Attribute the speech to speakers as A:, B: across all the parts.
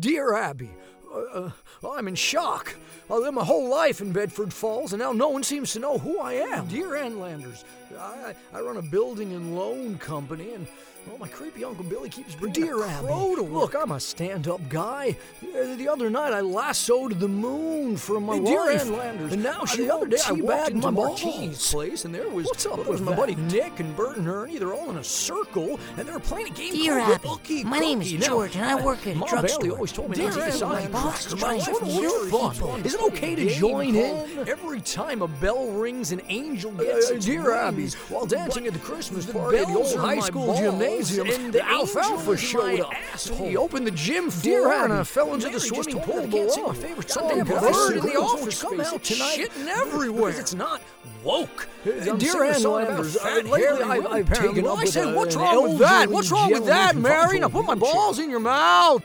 A: Dear Abby, uh, uh, I'm in shock. I lived my whole life in Bedford Falls, and now no one seems to know who I am. Dear Ann Landers, I, I run a building and loan company, and well, my creepy Uncle Billy keeps bringing
B: Dear
A: a
B: Abby,
A: crow to work. Look, I'm a stand-up guy. Uh, The other night I lassoed the moon from my
B: Hey, dear
A: wife.
B: Ann Landers,
A: and now
B: uh,
A: she
B: the other
A: won't
B: day I
A: teabag
B: walked into
A: my
B: Martine's
A: Martine's place, and there was
B: What's up
A: there
B: with
A: was my buddy
B: that?
A: Nick and Bert and Ernie. They're all in a circle, and they're playing a game
C: Dear
A: called
C: Abby,
A: Ookie
C: my name is
A: Cookie. Now,
C: George, and I
A: uh,
C: work at a
A: Ma
C: drugstore.
A: Bailey always told me
C: Dear
A: not to get
C: Abby,
A: sidetracked.
C: my boss
A: My
C: tries
A: wife
C: to
A: works
C: kill
A: fun.
C: people.
A: Is it okay to
C: Game
A: join in
C: club?
A: every time a bell rings? An angel gets
B: Uh,
A: its
B: dear
A: wings
B: Abby,
A: while dancing at the Christmas
B: the
A: party at the
B: bells
A: old
B: are
A: high
B: my
A: school
B: balls,
A: gymnasium.
B: and
A: the
B: the angel
A: alfalfa
B: is
A: showed
B: my
A: up.
B: asshole.
A: He opened the gym
B: Dear
A: floor and
B: Abby,
A: I fell into the
B: Larry just
A: swimming
B: told me
A: pool
B: I can't sing
A: below.
B: my favorite
A: Goddamn
B: song, but
A: bird
B: Larry
A: in the
B: Gold's won't
A: office
B: come
A: space
B: out
A: is
B: tonight
A: shitting
B: because
A: everywhere.
B: it's
A: not woke.
B: Uh,
A: dear Ann Landers, uh, lately I, I've taken up
B: I
A: with
B: said,
A: a-
B: what's
A: an
B: wrong with that?
A: elderly
B: What's wrong with
A: gentleman
B: that,
A: who
B: Mary?
A: functions
B: Now put my
A: with a wheelchair.
B: balls in your mouth.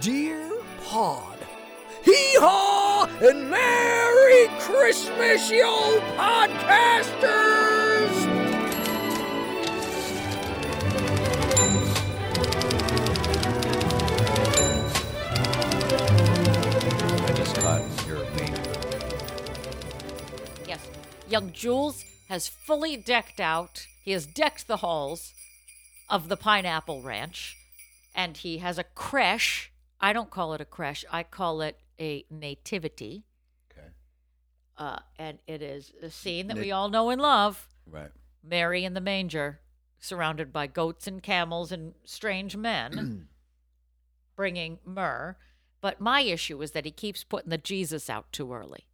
A: Dear Pod, hee haw and Merry Christmas, you old podcasters!
D: I just caught your main.
E: Yes. Young Jules has fully decked out. He has decked the halls of the Pineapple Ranch. And he has a creche. I don't call it a creche, I call it a nativity.
D: Okay.
E: Uh, and it is a scene that
D: Nat-
E: we all know and love
D: Right.
E: Mary in the manger, surrounded by goats and camels and strange men, bringing myrrh. But my issue is that he keeps putting the Jesus out too early.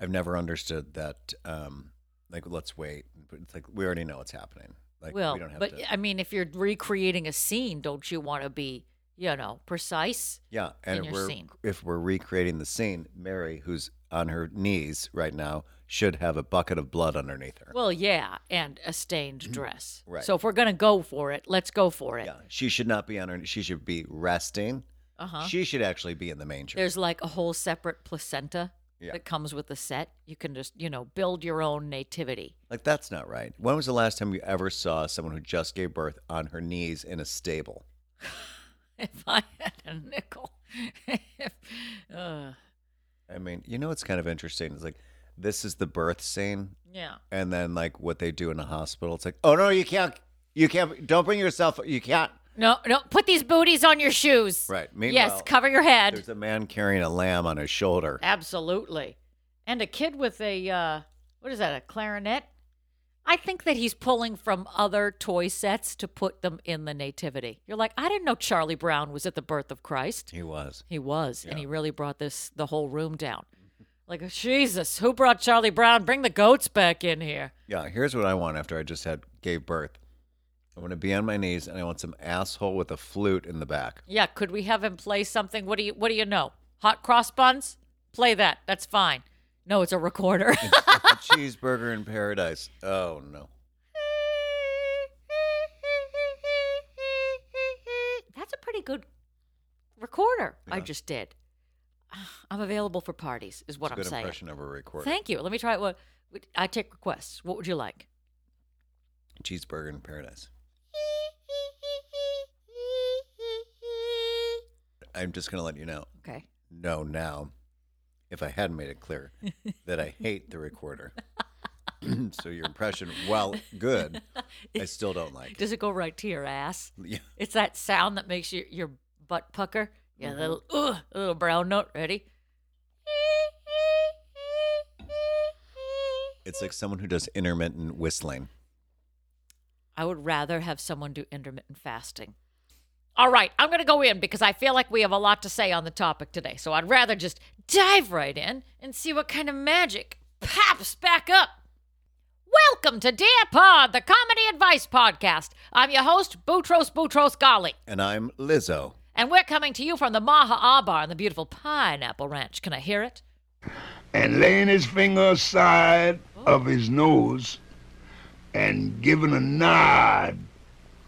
D: I've never understood that. Um, like, let's wait. It's like we already know it's happening. Like,
E: well,
D: we don't have
E: but
D: to.
E: I mean, if you're recreating a scene, don't you want to be, you know, precise?
D: Yeah, and
E: in
D: if
E: your
D: we're
E: scene.
D: if we're recreating the scene, Mary, who's on her knees right now, should have a bucket of blood underneath her.
E: Well, yeah, and a stained dress.
D: Mm-hmm. Right.
E: So if we're gonna go for it, let's go for it.
D: yeah, she should not be on her. She should be resting.
E: Uh huh.
D: She should actually be in the manger.
E: There's like a whole separate placenta
D: Yeah.
E: that comes with the set. You can just, you know, build your own nativity.
D: like that's not right. When was the last time you ever saw someone who just gave birth on her knees in a stable?
E: If I had a nickel, if, uh,
D: I mean, you know, it's kind of interesting. It's like this is the birth scene,
E: yeah.
D: and then like what they do in a hospital. It's like, oh no, you can't, you can't, don't bring yourself, you can't.
E: No, no. Put these booties on your shoes.
D: Right.
E: yes.
D: Meanwhile,
E: Cover your head.
D: There's a man carrying a lamb on his shoulder.
E: Absolutely. And a kid with a uh what is that, a clarinet? I think that he's pulling from other toy sets to put them in the nativity. You're like, I didn't know Charlie Brown was at the birth of Christ.
D: He was.
E: He was, and
D: Yeah.
E: he really brought this the whole room down. Like, Jesus, who brought Charlie Brown? Bring the goats back in here.
D: Yeah, here's what I want after I just had gave birth. I want to be on my knees and I want some asshole with a flute in the back.
E: Yeah, could we have him play something? What do you what do you know? Hot cross buns? Play that. That's fine. No, it's a recorder.
D: A cheeseburger in paradise. Oh no.
E: That's a pretty good recorder I just did. I'm available for parties, is what
D: it's a
E: I'm
D: good
E: saying.
D: impression of a recorder.
E: Thank you. Let me try it. What would- I take requests. What would you like?
D: cheeseburger in paradise. I'm just gonna let you know.
E: Okay.
D: Know now, if I hadn't made it clear that I hate the recorder. so your impression, while good, I still don't like. It.
E: Does it go right to your ass?
D: Yeah.
E: It's that sound that makes your your butt pucker. Yeah,
D: Mm-hmm.
E: little ugh, a little brown note. Ready?
D: It's like someone who does intermittent whistling.
E: I would rather have someone do intermittent fasting. All right, I'm going to go in because I feel like we have a lot to say on the topic today. So I'd rather just dive right in and see what kind of magic pops back up. Welcome to Dear Pod, the comedy advice podcast. I'm your host, Boutros Boutros Ghali,
D: And I'm Lizzo.
E: and we're coming to you from the Maha Abar in the beautiful Pineapple Ranch. Can I hear it?
F: and laying his finger aside of his nose and giving a nod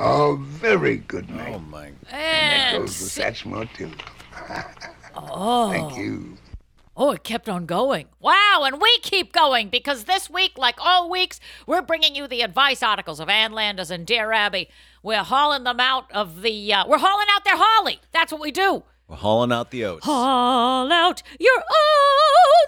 F: A very good night.
D: Oh my!
E: And
F: Goes with Satch Montilla. Thank you.
E: Oh, it kept on going. Wow, and we keep going because this week, like all weeks, we're bringing you the advice articles of Ann Landers and Dear Abby. We're hauling them out of the. Uh, we're hauling out their holly. That's what we do.
D: We're hauling out the oats.
E: Haul out your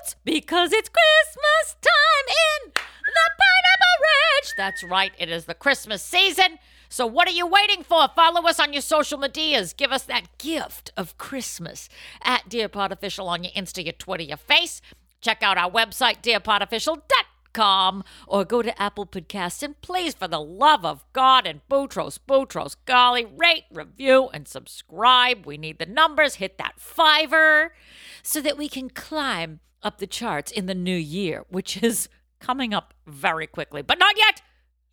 E: oats because it's Christmas time in the Pineapple Ranch. That's right, it is the Christmas season. So, what are you waiting for? Follow us on your social medias. Give us that gift of Christmas at Dear Pod Official on your Insta, your Twitter, your Face. Check out our website, dearpodofficial.com, or go to Apple Podcasts and please, for the love of God and Boutros, Boutros, golly, rate, review, and subscribe. We need the numbers. Hit that fiver so that we can climb up the charts in the new year, which is coming up very quickly, but not yet.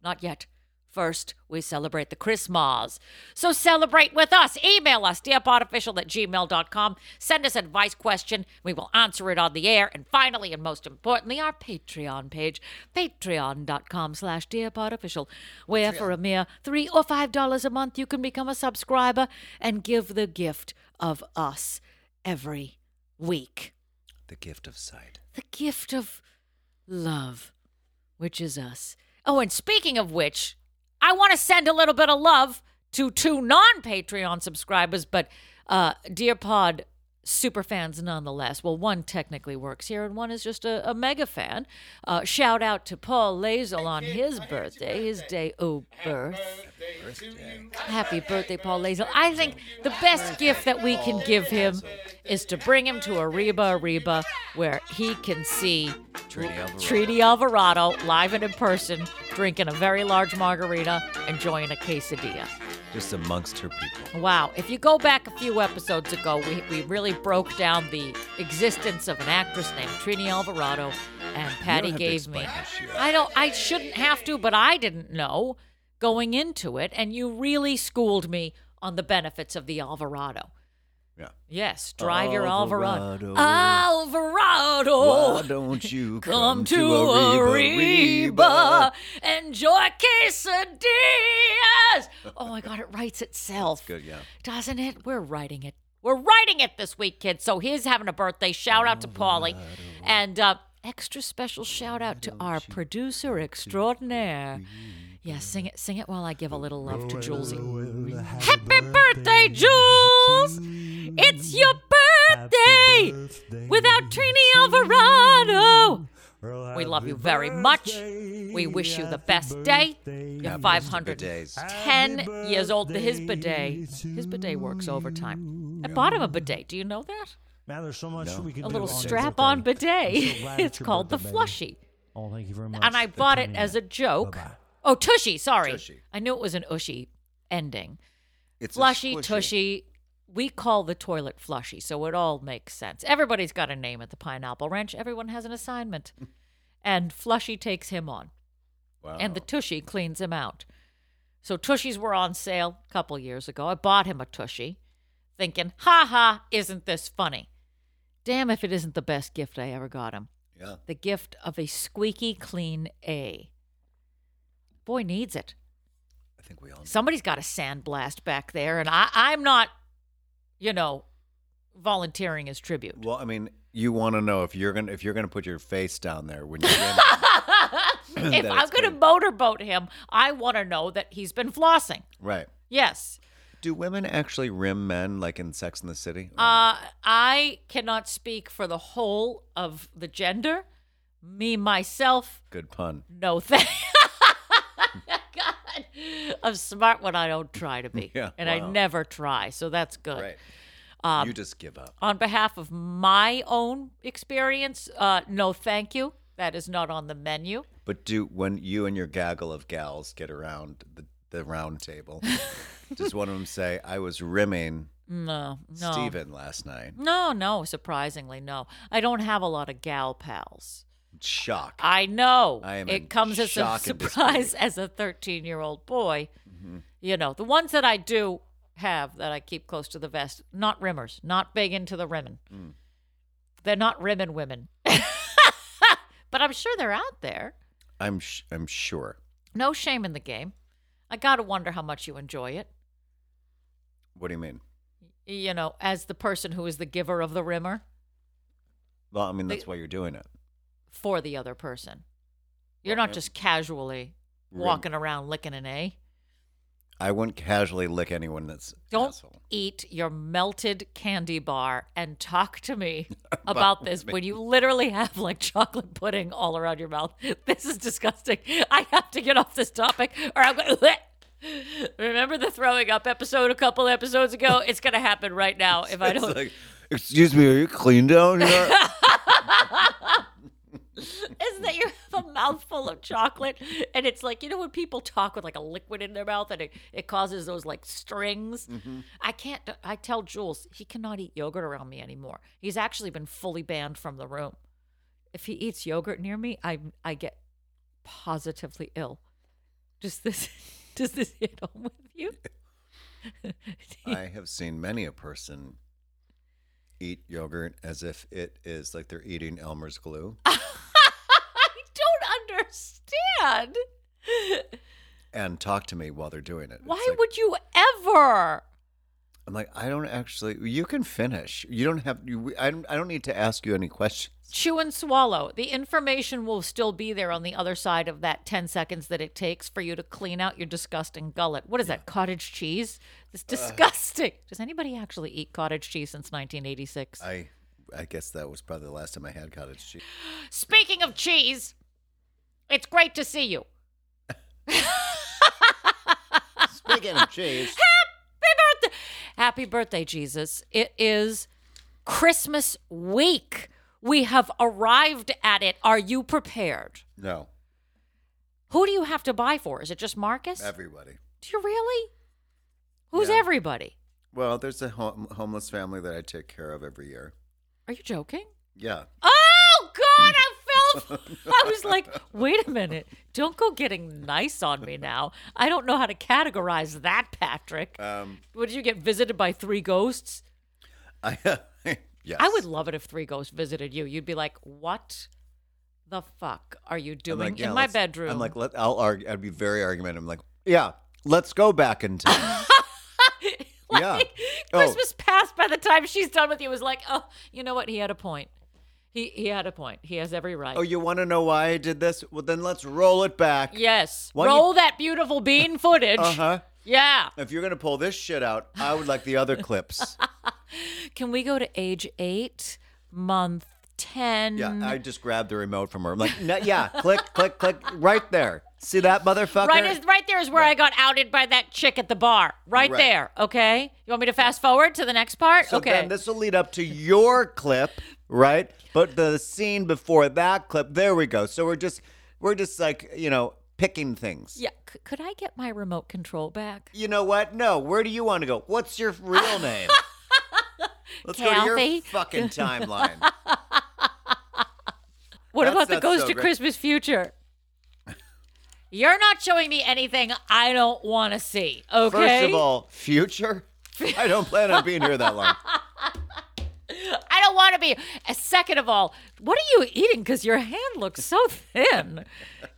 E: Not yet. First, we celebrate the Christmas. So celebrate with us. Email us, dearpodofficial at gmail.com. Send us advice question. We will answer it on the air. And finally, and most importantly, our Patreon page, patreon.com slash dearpodofficial, where for a mere three or five dollars a month, you can become a subscriber and give the gift of us every week
D: The gift of sight.
E: the gift of love, which is us. Oh, and speaking of which, I want to send a little bit of love to two non Patreon subscribers, but uh, Dear Pod superfans nonetheless. Well, one technically works here, and one is just a, a mega fan. Uh, shout out to Paul Lazel on his birthday, his day oh birth. Happy birthday, Paul Lazel. I think the best gift that we can give him is to bring him to Ariba Ariba, where he can see
D: Trinity Alvarado.
E: Treaty Alvarado live and in person, drinking a very large margarita, enjoying a quesadilla.
D: Just amongst her people.
E: Wow. If you go back a few episodes ago, we, we really broke down the existence of an actress named Trini Alvarado, and Patty
D: have to
E: gave
D: explain
E: me.
D: who she is.
E: I don't. I shouldn't have to, but I didn't know going into it, and you really schooled me on the benefits of the Alvarado.
D: Yeah.
E: Yes, drive your Alvarado.
D: Alvarado.
E: Alvarado.
D: Why don't you
E: Oh. Come to
D: Ariba,
E: Ariba, enjoy quesadillas. Oh my God, it writes itself.
D: Good, yeah.
E: Doesn't it? We're writing it. We're writing it this week, kids. So he's having a birthday. Shout out to Paulie. And uh, extra special shout out to our producer extraordinaire. Yeah, sing it, sing it while I give a little love to Julesy. Happy birthday, Jules! It's your birthday without Trini Alvarado. We love you very much. We wish you the best day. You're
D: Happy
E: 500
D: days.
E: 10 years old. His bidet, his bidet works overtime. I bought him a bidet. Do you know that?
B: Man, there's so much
D: No.
B: we can
E: A
B: do
E: little
B: on your
E: strap on
B: birthday. I'm
E: bidet.
B: so glad
E: It's
B: it's your
E: called the
B: birthday, baby.
E: Flushy.
B: Oh, thank you very much.
E: And I
B: for
E: bought it
B: tuning
E: as
B: in.
E: a joke.
B: Bye-bye.
E: Oh, Tushy, sorry.
D: Tushy.
E: I knew it was an Ushy ending.
D: It's a
E: Flushy,
D: squishy.
E: Tushy. We call the toilet Flushy, so it all makes sense. Everybody's got a name at the Pineapple Ranch, everyone has an assignment. and Flushy takes him on
D: Wow.
E: and the tushy cleans him out. So tushies were on sale a couple years ago. I bought him a tushy, thinking, "Ha ha, isn't this funny?" Damn if it isn't the best gift I ever got him.
D: yeah.
E: The gift of a squeaky clean A. Boy needs it.
D: I think we all. Know.
E: Somebody's got a sandblast back there, and I, I'm not, you know, volunteering as tribute.
D: Well, I mean, you want to know if you're gonna if you're gonna put your face down there when you're in,
E: if
D: That
E: I'm
D: is
E: going to
D: good.
E: motorboat him, I want to know that he's been flossing.
D: right.
E: Yes.
D: Do women actually rim men like in Sex and the City? Oh,
E: Uh, I cannot speak for the whole of the gender. Me, myself,
D: Good pun.
E: no thank. God, I'm smart when I don't try to be,
D: Yeah,
E: and I
D: wow.
E: never try, so that's good.
D: Right.
E: uh,
D: you just give up.
E: On behalf of my own experience, uh, no thank you. That is not on the menu.
D: But do when you and your gaggle of gals get around the, the round table, does one of them say, "I was rimming
E: No, no,
D: Steven last night"?
E: no, no. Surprisingly, no. I don't have a lot of gal pals.
D: Shock.
E: I know.
D: I am in
E: it comes as a
D: shock and
E: surprise as a 13 year old boy. You know, the ones that I do have that I keep close to the vest. Not rimmers, not big into the rimming. They're not rimming women. but I'm sure they're out there.
D: I'm sh- I'm sure.
E: No shame in the game. I got to wonder how much you enjoy it.
D: What do you mean?
E: You know, as the person who is the giver of the rimmer
D: Well, I mean
E: They-
D: that's why you're doing it.
E: for the other person. You're
D: Well,
E: not
D: I-
E: just casually
D: Rim-
E: walking around licking an A.
D: I wouldn't casually lick anyone that's an
E: Don't
D: asshole.
E: eat your melted candy bar and talk to me about this when you literally have like chocolate pudding all around your mouth. This is disgusting. I have to get off this topic or I'm going to. Remember the throwing up episode a couple episodes ago? It's going to happen right now if I
D: It's
E: don't.
D: like, excuse me, are you clean down here?
E: is that you have a mouthful of chocolate and it's like you know when people talk with like a liquid in their mouth and it, it causes those like strings i can't i tell jules he cannot eat yogurt around me anymore he's actually been fully banned from the room if he eats yogurt near me i i get positively ill does this does this hit home with you
D: I have seen many a person eat yogurt as if it is like they're eating Elmer's glue.
E: i don't understand
D: and talk to me while they're doing it. It's
E: why
D: like-
E: would you ever
D: I'm like I don't actually. You can finish. You don't have. You, I don't. I don't need to ask you any questions.
E: chew and swallow. The information will still be there on the other side of that 10 seconds that it takes for you to clean out your disgusting gullet. What is that? Cottage cheese? It's disgusting. Does anybody actually eat cottage cheese since 1986?
D: I. I guess that was probably the last time I had cottage cheese.
E: Speaking of cheese, it's great to see you.
D: Speaking of cheese,
E: Happy birthday. Happy birthday, Jesus. It is Christmas week. We have arrived at it. Are you prepared?
D: no,
E: Who do you have to buy for? Is it just Marcus?
D: everybody.
E: Do you really? Who's
D: Yeah.
E: everybody?
D: Well, there's a hom- homeless family that I take care of every year.
E: Are you joking?
D: Yeah,
E: Oh God, I fell. I was like, wait a minute. Don't go getting nice on me now. I don't know how to categorize that, Patrick.
D: um,
E: Would you get visited by three ghosts?
D: I yes,
E: I would love it if three ghosts visited you. You'd be like, what the fuck are you
D: I'm
E: doing
D: like, yeah,
E: in my
D: let's-
E: bedroom?
D: I'm like, let, I'll argue. I'd be very argumentative. I'm like, yeah, let's go back in time.
E: Like,
D: yeah. Oh.
E: Christmas passed by the time she's done with you. It Was like, oh, you know what? He had a point. He he had a point. He has every right.
D: Oh, you want to know why I did this? Well, then let's roll it back.
E: Yes.
D: Why don't you-
E: Roll that beautiful bean footage.
D: Uh huh.
E: Yeah.
D: If you're gonna pull this shit out, I would like the other clips.
E: Can we go to age eight, month 10?
D: Yeah, I just grabbed the remote from her. I'm like, no, yeah, click, click, click, right there. See that motherfucker?
E: right, is, right there is where I got outed by that chick at the bar. Right,
D: Right.
E: there. Okay. You want me to fast forward to the next part?
D: so
E: okay.
D: then this will lead up to your clip, right? But the scene before that clip, there we go. So we're just, we're just like, you know, picking things.
E: yeah. C- could I get my remote control back?
D: You know what? No. Where do you want to go? What's your real name? Let's go to your
E: Kathy?
D: fucking timeline.
E: What
D: That's-
E: about the
D: that's
E: Ghost
D: so
E: of
D: great.
E: Christmas Future? You're not showing me anything I don't want to see. Okay.
D: First of all, future. I don't plan on being here that long.
E: I don't want to be. Uh, Second of all, what are you eating? Because your hand looks so thin.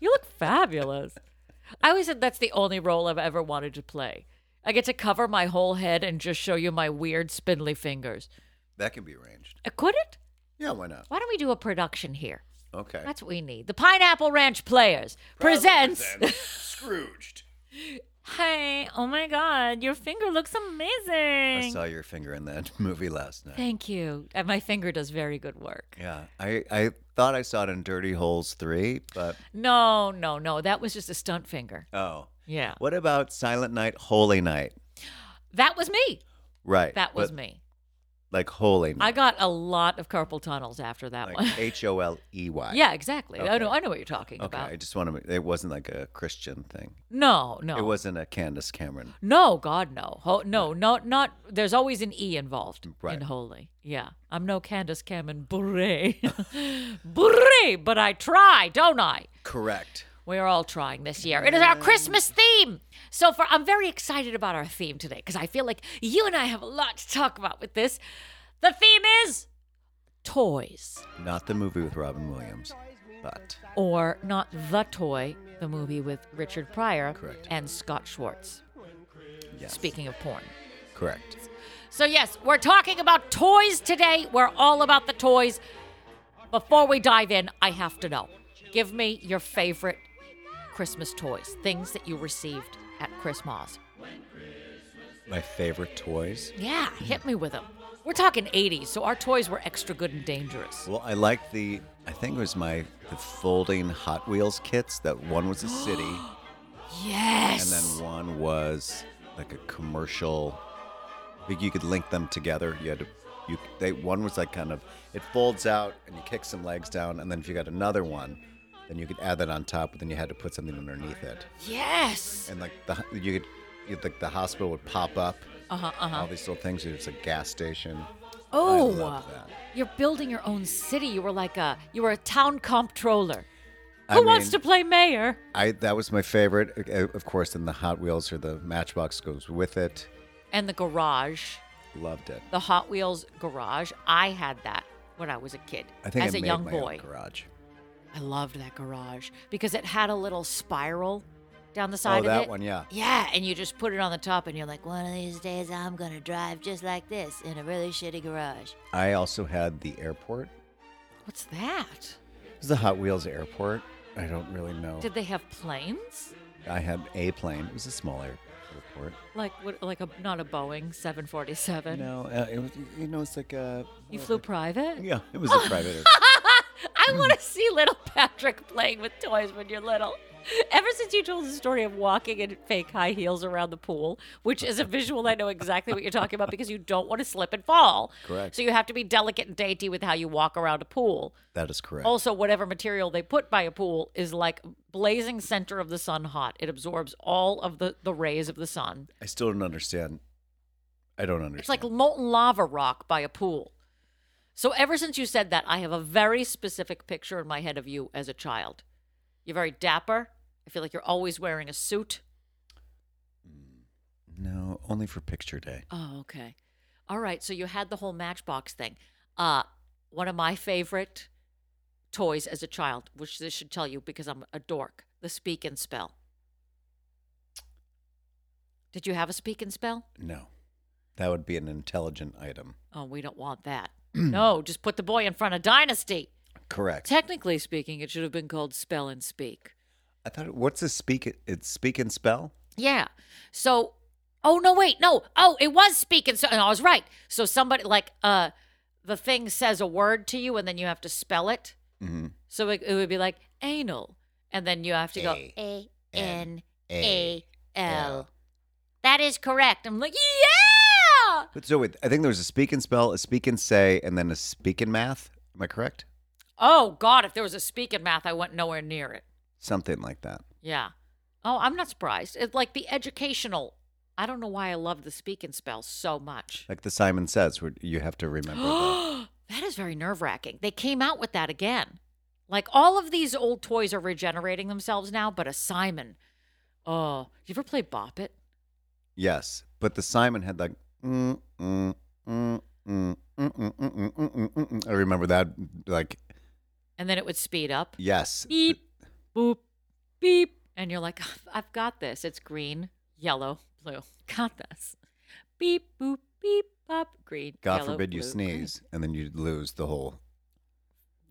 E: you look fabulous. I always said that's the only role I've ever wanted to play. I get to cover my whole head and just show you my weird spindly fingers.
D: That can be arranged.
E: Uh, Could it?
D: Yeah, why not?
E: Why don't we do a production here?
D: Okay.
E: That's what we need. The Pineapple Ranch Players presents.
D: Scrooged.
E: Hey, oh my God, your finger looks
D: I
E: amazing.
D: saw your finger in that movie last night.
E: Thank you. And my finger does very good work.
D: Yeah, I, I thought I saw it in Dirty Holes 3, but
E: No, no, no. That was just a stunt finger.
D: oh.
E: Yeah.
D: What about Silent Night, Holy Night?
E: That was me.
D: Right.
E: That was
D: but,
E: me.
D: Like Holy
E: I
D: Night.
E: got a lot of carpal tunnels after that one.
D: Like H O L E Y.
E: yeah, exactly. I
D: Okay.
E: know. I know what you're talking
D: Okay,
E: about.
D: I just want to. It wasn't like a Christian thing.
E: No, no,
D: It wasn't a Candace Cameron.
E: no. God, no, Ho- no, no, not. There's always an e involved
D: Right.
E: in holy. Yeah, I'm no Candace Cameron Bure, Bure, but I try, don't I?
D: Correct.
E: We're all trying this year. It is our Christmas theme. So for I'm very excited about our theme today because I feel like you and I have a lot to talk about with this. The theme is toys
D: Not the movie with Robin Williams, but
E: or not the toy, the movie with Richard Pryor
D: Correct.
E: and Scott Schwartz.
D: yes.
E: Speaking of porn.
D: Correct.
E: So, yes, we're talking about toys today. We're all about the toys. Before we dive in, I have to know give me your favorite Christmas toys, things that you received at Christmas.
D: My favorite toys.
E: Yeah, hit me with them. We're talking 80s, so our toys were extra good and dangerous.
D: Well, I liked the. I think it was my the folding Hot Wheels kits. That one was a city, and
E: Yes.
D: then one was like a commercial. Like you could link them together. You had to. You they one was like kind of it folds out and you kick some legs down, and then if you got another one, then you could add that on top. But then you had to put something underneath it,
E: yes.
D: and like the you could. You'd, like the hospital would pop up,
E: Uh huh. Uh huh.
D: all these little things. There's a gas station.
E: Oh,
D: loved that.
E: you're building your own city. You were like a, you were a town comptroller.
D: I
E: Who wants
D: mean-
E: to play mayor?
D: I that was my favorite. Uh, Of course, then the Hot Wheels or the Matchbox goes with it.
E: And the garage.
D: Loved it.
E: the Hot Wheels garage. I had that when I was a kid,
D: I think
E: as
D: I
E: a
D: made
E: young
D: my own
E: boy.
D: garage.
E: I loved that garage because it had a little spiral down the side
D: oh,
E: of
D: that
E: it.
D: one, yeah.
E: Yeah, and you just put it on the top, and you're like, one of these days I'm gonna drive just like this in a really shitty garage.
D: I also had the airport.
E: What's that?
D: It was the Hot Wheels airport. I don't really know.
E: Did they have planes?
D: I had a plane. It was a small air- airport.
E: Like what? Like a not a Boeing 747.
D: No, uh, it was. You know, it's like a.
E: You flew private.
D: Yeah, it was a private. airport.
E: I want to see little Patrick playing with toys when you're little. Ever since you told the story of walking in fake high heels around the pool, which is a visual, I know exactly what you're talking about because you don't want to slip and fall.
D: Correct.
E: So you have to be delicate and dainty with how you walk around a pool.
D: That is correct.
E: Also, whatever material they put by a pool is like blazing center of the sun hot. It absorbs all of the, the rays of the sun.
D: I still don't understand. I don't understand.
E: It's like molten lava rock by a pool. So ever since you said that, I have a very specific picture in my head of you as a child. You're very dapper. I feel like you're always wearing a suit.
D: no, only for picture day.
E: Oh, okay. All right. So you had the whole matchbox thing. Uh, one of my favorite toys as a child, which this should tell you because I'm a dork, the speak and spell. Did you have a speak and spell?
D: No, that would be an intelligent item.
E: Oh, we don't want that. no, just put the boy in front of Dynasty.
D: Correct.
E: Technically speaking, it should have been called spell and speak.
D: I thought, what's a speak? It's speak and spell.
E: Yeah. So, oh no, wait, no. Oh, it was speak and so, and I was right. So somebody like uh, the thing says a word to you, and then you have to spell it.
D: Mm-hmm.
E: So it, it would be like anal, and then you have to go
D: A
E: A
D: N
E: N
D: A
E: A
D: L.
E: L. That is correct. I'm like, yeah.
D: But so wait, I think there was a speak and spell, a speak and say, and then a speak and math. Am I correct?
E: Oh God, if there was a speak in math, I went nowhere near it.
D: Something like that.
E: Yeah. Oh, I'm not surprised. It's like the educational. I don't know why I love the speak and spell so much.
D: Like the Simon Says, where you have to remember. the-
E: that is very nerve wracking. They came out with that again. Like all of these old toys are regenerating themselves now, but a Simon. Oh, you ever play Bop It?
D: Yes, but the Simon had like. Mm, mm, mm, mm, mm, mm, mm, mm, mm, mm, mm. I remember that. Like
E: And then it would speed up.
D: yes,
E: Beep, boop, beep. And you're like, I've got this. It's green, yellow, blue. Got this. Beep, boop, beep, bop, green.
D: God
E: yellow,
D: forbid you
E: blue, green.
D: sneeze, and then you lose the whole.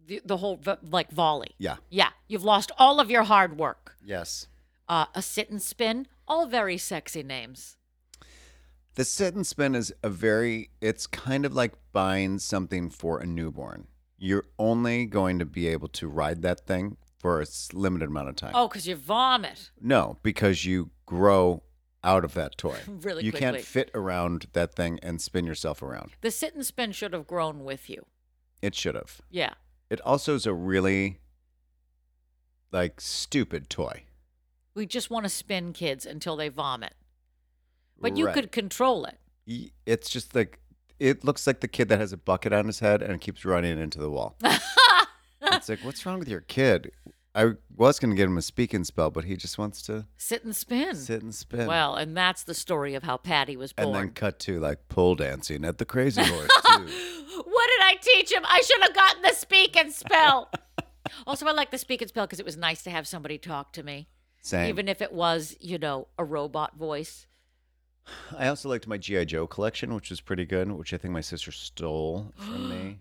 E: The, the whole v- like volley.
D: Yeah.
E: Yeah. You've lost all of your hard work.
D: Yes.
E: Uh, a sit and spin. All very sexy names.
D: The sit and spin is a very, it's kind of like buying something for a newborn. You're only going to be able to ride that thing for a s- limited amount of time.
E: Oh, because you vomit.
D: No, because you grow out of that toy.
E: Really
D: You
E: quickly.
D: can't fit around that thing and spin yourself around.
E: The sit and spin should have grown with you.
D: It should have.
E: Yeah.
D: It also is a really, like, stupid toy.
E: We just want to spin kids until they vomit. But you
D: Right.
E: could control it.
D: Y- It's just like, it looks like the kid that has a bucket on his head and keeps running into the wall. it's like, what's wrong with your kid? I was going to give him a speaking spell, but he just wants to
E: Sit and spin.
D: sit and spin.
E: Well, and that's the story of how Patty was
D: and
E: born.
D: then cut to like pole dancing at the Crazy Horse too.
E: What did I teach him? I should have gotten the speak and spell. also, I like the speak and spell because it was nice to have somebody talk to me,
D: Same.
E: even if it was, you know, a robot voice.
D: I also liked my GI Joe collection, which was pretty good, which I think my sister stole from me,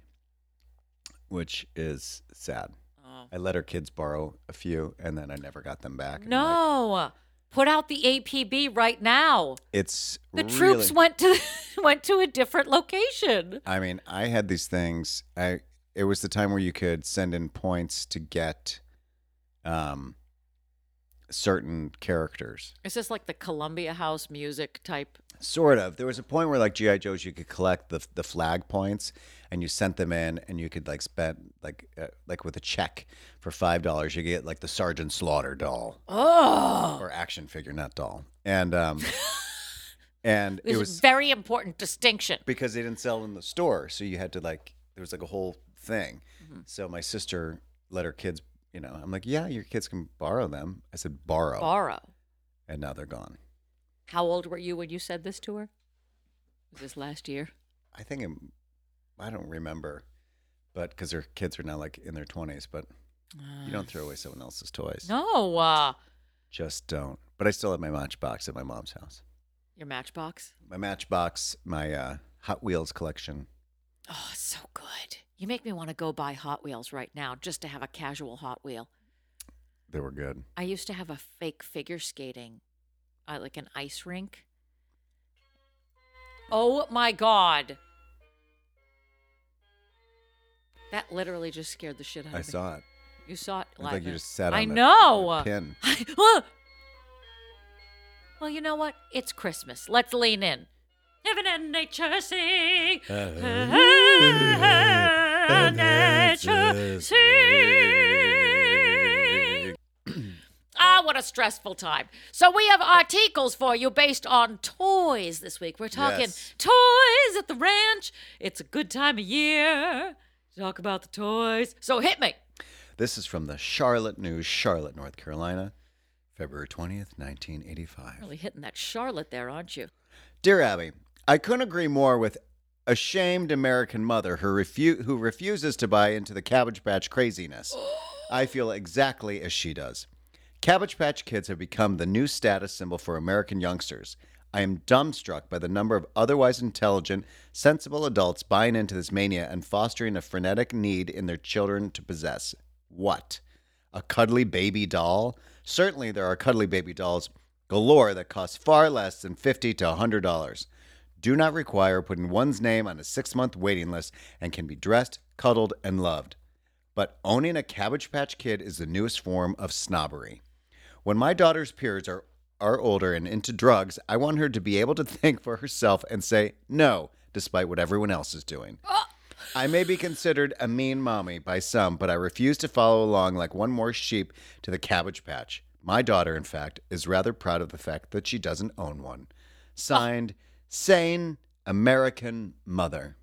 D: which is sad.
E: Oh.
D: I let her kids borrow a few, and then I never got them back. and I'm like,
E: No, put out the APB right now.
D: it's
E: The
D: really-
E: troops went to went to a different location.
D: I mean, I had these things. I it was the time where you could send in points to get, um, certain characters.
E: Is this like the Columbia House music type?
D: Sort of. There was a point where like GI Joes, you could collect the the flag points, and you sent them in, and you could like spend like uh, like with a check for five dollars, you get like the Sergeant Slaughter doll
E: Oh,
D: or action figure, not doll, and um, and
E: it was,
D: it was
E: very important distinction.
D: because they didn't sell in the store, so you had to like there was like a whole thing. So my sister let her kids, you know, I'm like, yeah, your kids can borrow them. I said borrow,
E: Borrow.
D: and now they're gone.
E: How old were you when you said this to her? Was this last year?
D: I think it, I don't remember, but because her kids are now like in their 20s, but you don't throw away someone else's toys.
E: No, uh,
D: Just don't. But I still have my matchbox at my mom's house.
E: your Matchbox.
D: My matchbox, my uh, Hot Wheels collection.
E: Oh, so good. You make me want to go buy Hot Wheels right now just to have a casual Hot Wheel.
D: They were good.
E: I used to have a fake figure skating, uh, like an ice rink. Oh my God. That literally just scared the shit out of
D: I
E: me.
D: saw it.
E: You saw it
D: It
E: live.
D: was like you
E: then.
D: just sat on
E: I
D: a-
E: know.
D: a pin.
E: I- well, you know what? It's Christmas. Let's lean in. Heaven and nature sing.
D: Uh,
E: Heaven and nature sing. Ah, what a stressful time. So we have articles for you based on toys this week. We're talking
D: Yes.
E: toys at the ranch. It's a good time of year to talk about the toys. So hit me.
D: This is from the Charlotte News, Charlotte, North Carolina, February 20th, 1985.
E: Really hitting that Charlotte there, aren't you?
D: Dear Abby, I couldn't agree more with a shamed American mother who, refu- who refuses to buy into the Cabbage Patch craziness. I feel exactly as she does. Cabbage Patch Kids have become the new status symbol for American youngsters. I am dumbstruck by the number of otherwise intelligent, sensible adults buying into this mania and fostering a frenetic need in their children to possess. What? A cuddly baby doll? Certainly, there are cuddly baby dolls galore that cost far less than $50 to $100, do not require putting one's name on a six month waiting list, and can be dressed, cuddled, and loved. But owning a Cabbage Patch Kid is the newest form of snobbery. When my daughter's peers are, are older and into drugs, I want her to be able to think for herself and say no, despite what everyone else is doing. I may be considered a mean mommy by some, but I refuse to follow along like one more sheep to the cabbage patch. My daughter, in fact, is rather proud of the fact that she doesn't own one. Signed, Sane American Mother.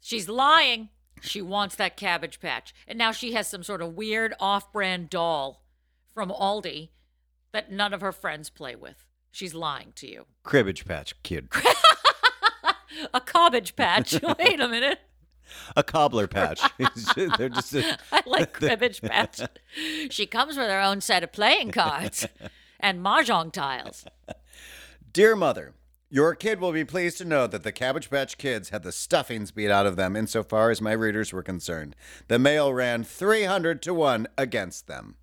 E: She's lying. She wants that cabbage patch. And now she has some sort of weird off brand doll from Aldi that none of her friends play with. She's lying to you.
D: Cribbage patch kid.
E: A cabbage patch. Wait a minute.
D: A cobbler patch. They're just a-
E: I like cribbage patch. She comes with her own set of playing cards and mahjong tiles.
D: Dear Mother, your kid will be pleased to know that the Cabbage Patch Kids had the stuffings beat out of them insofar as my readers were concerned. The mail ran 300 to 1 against them.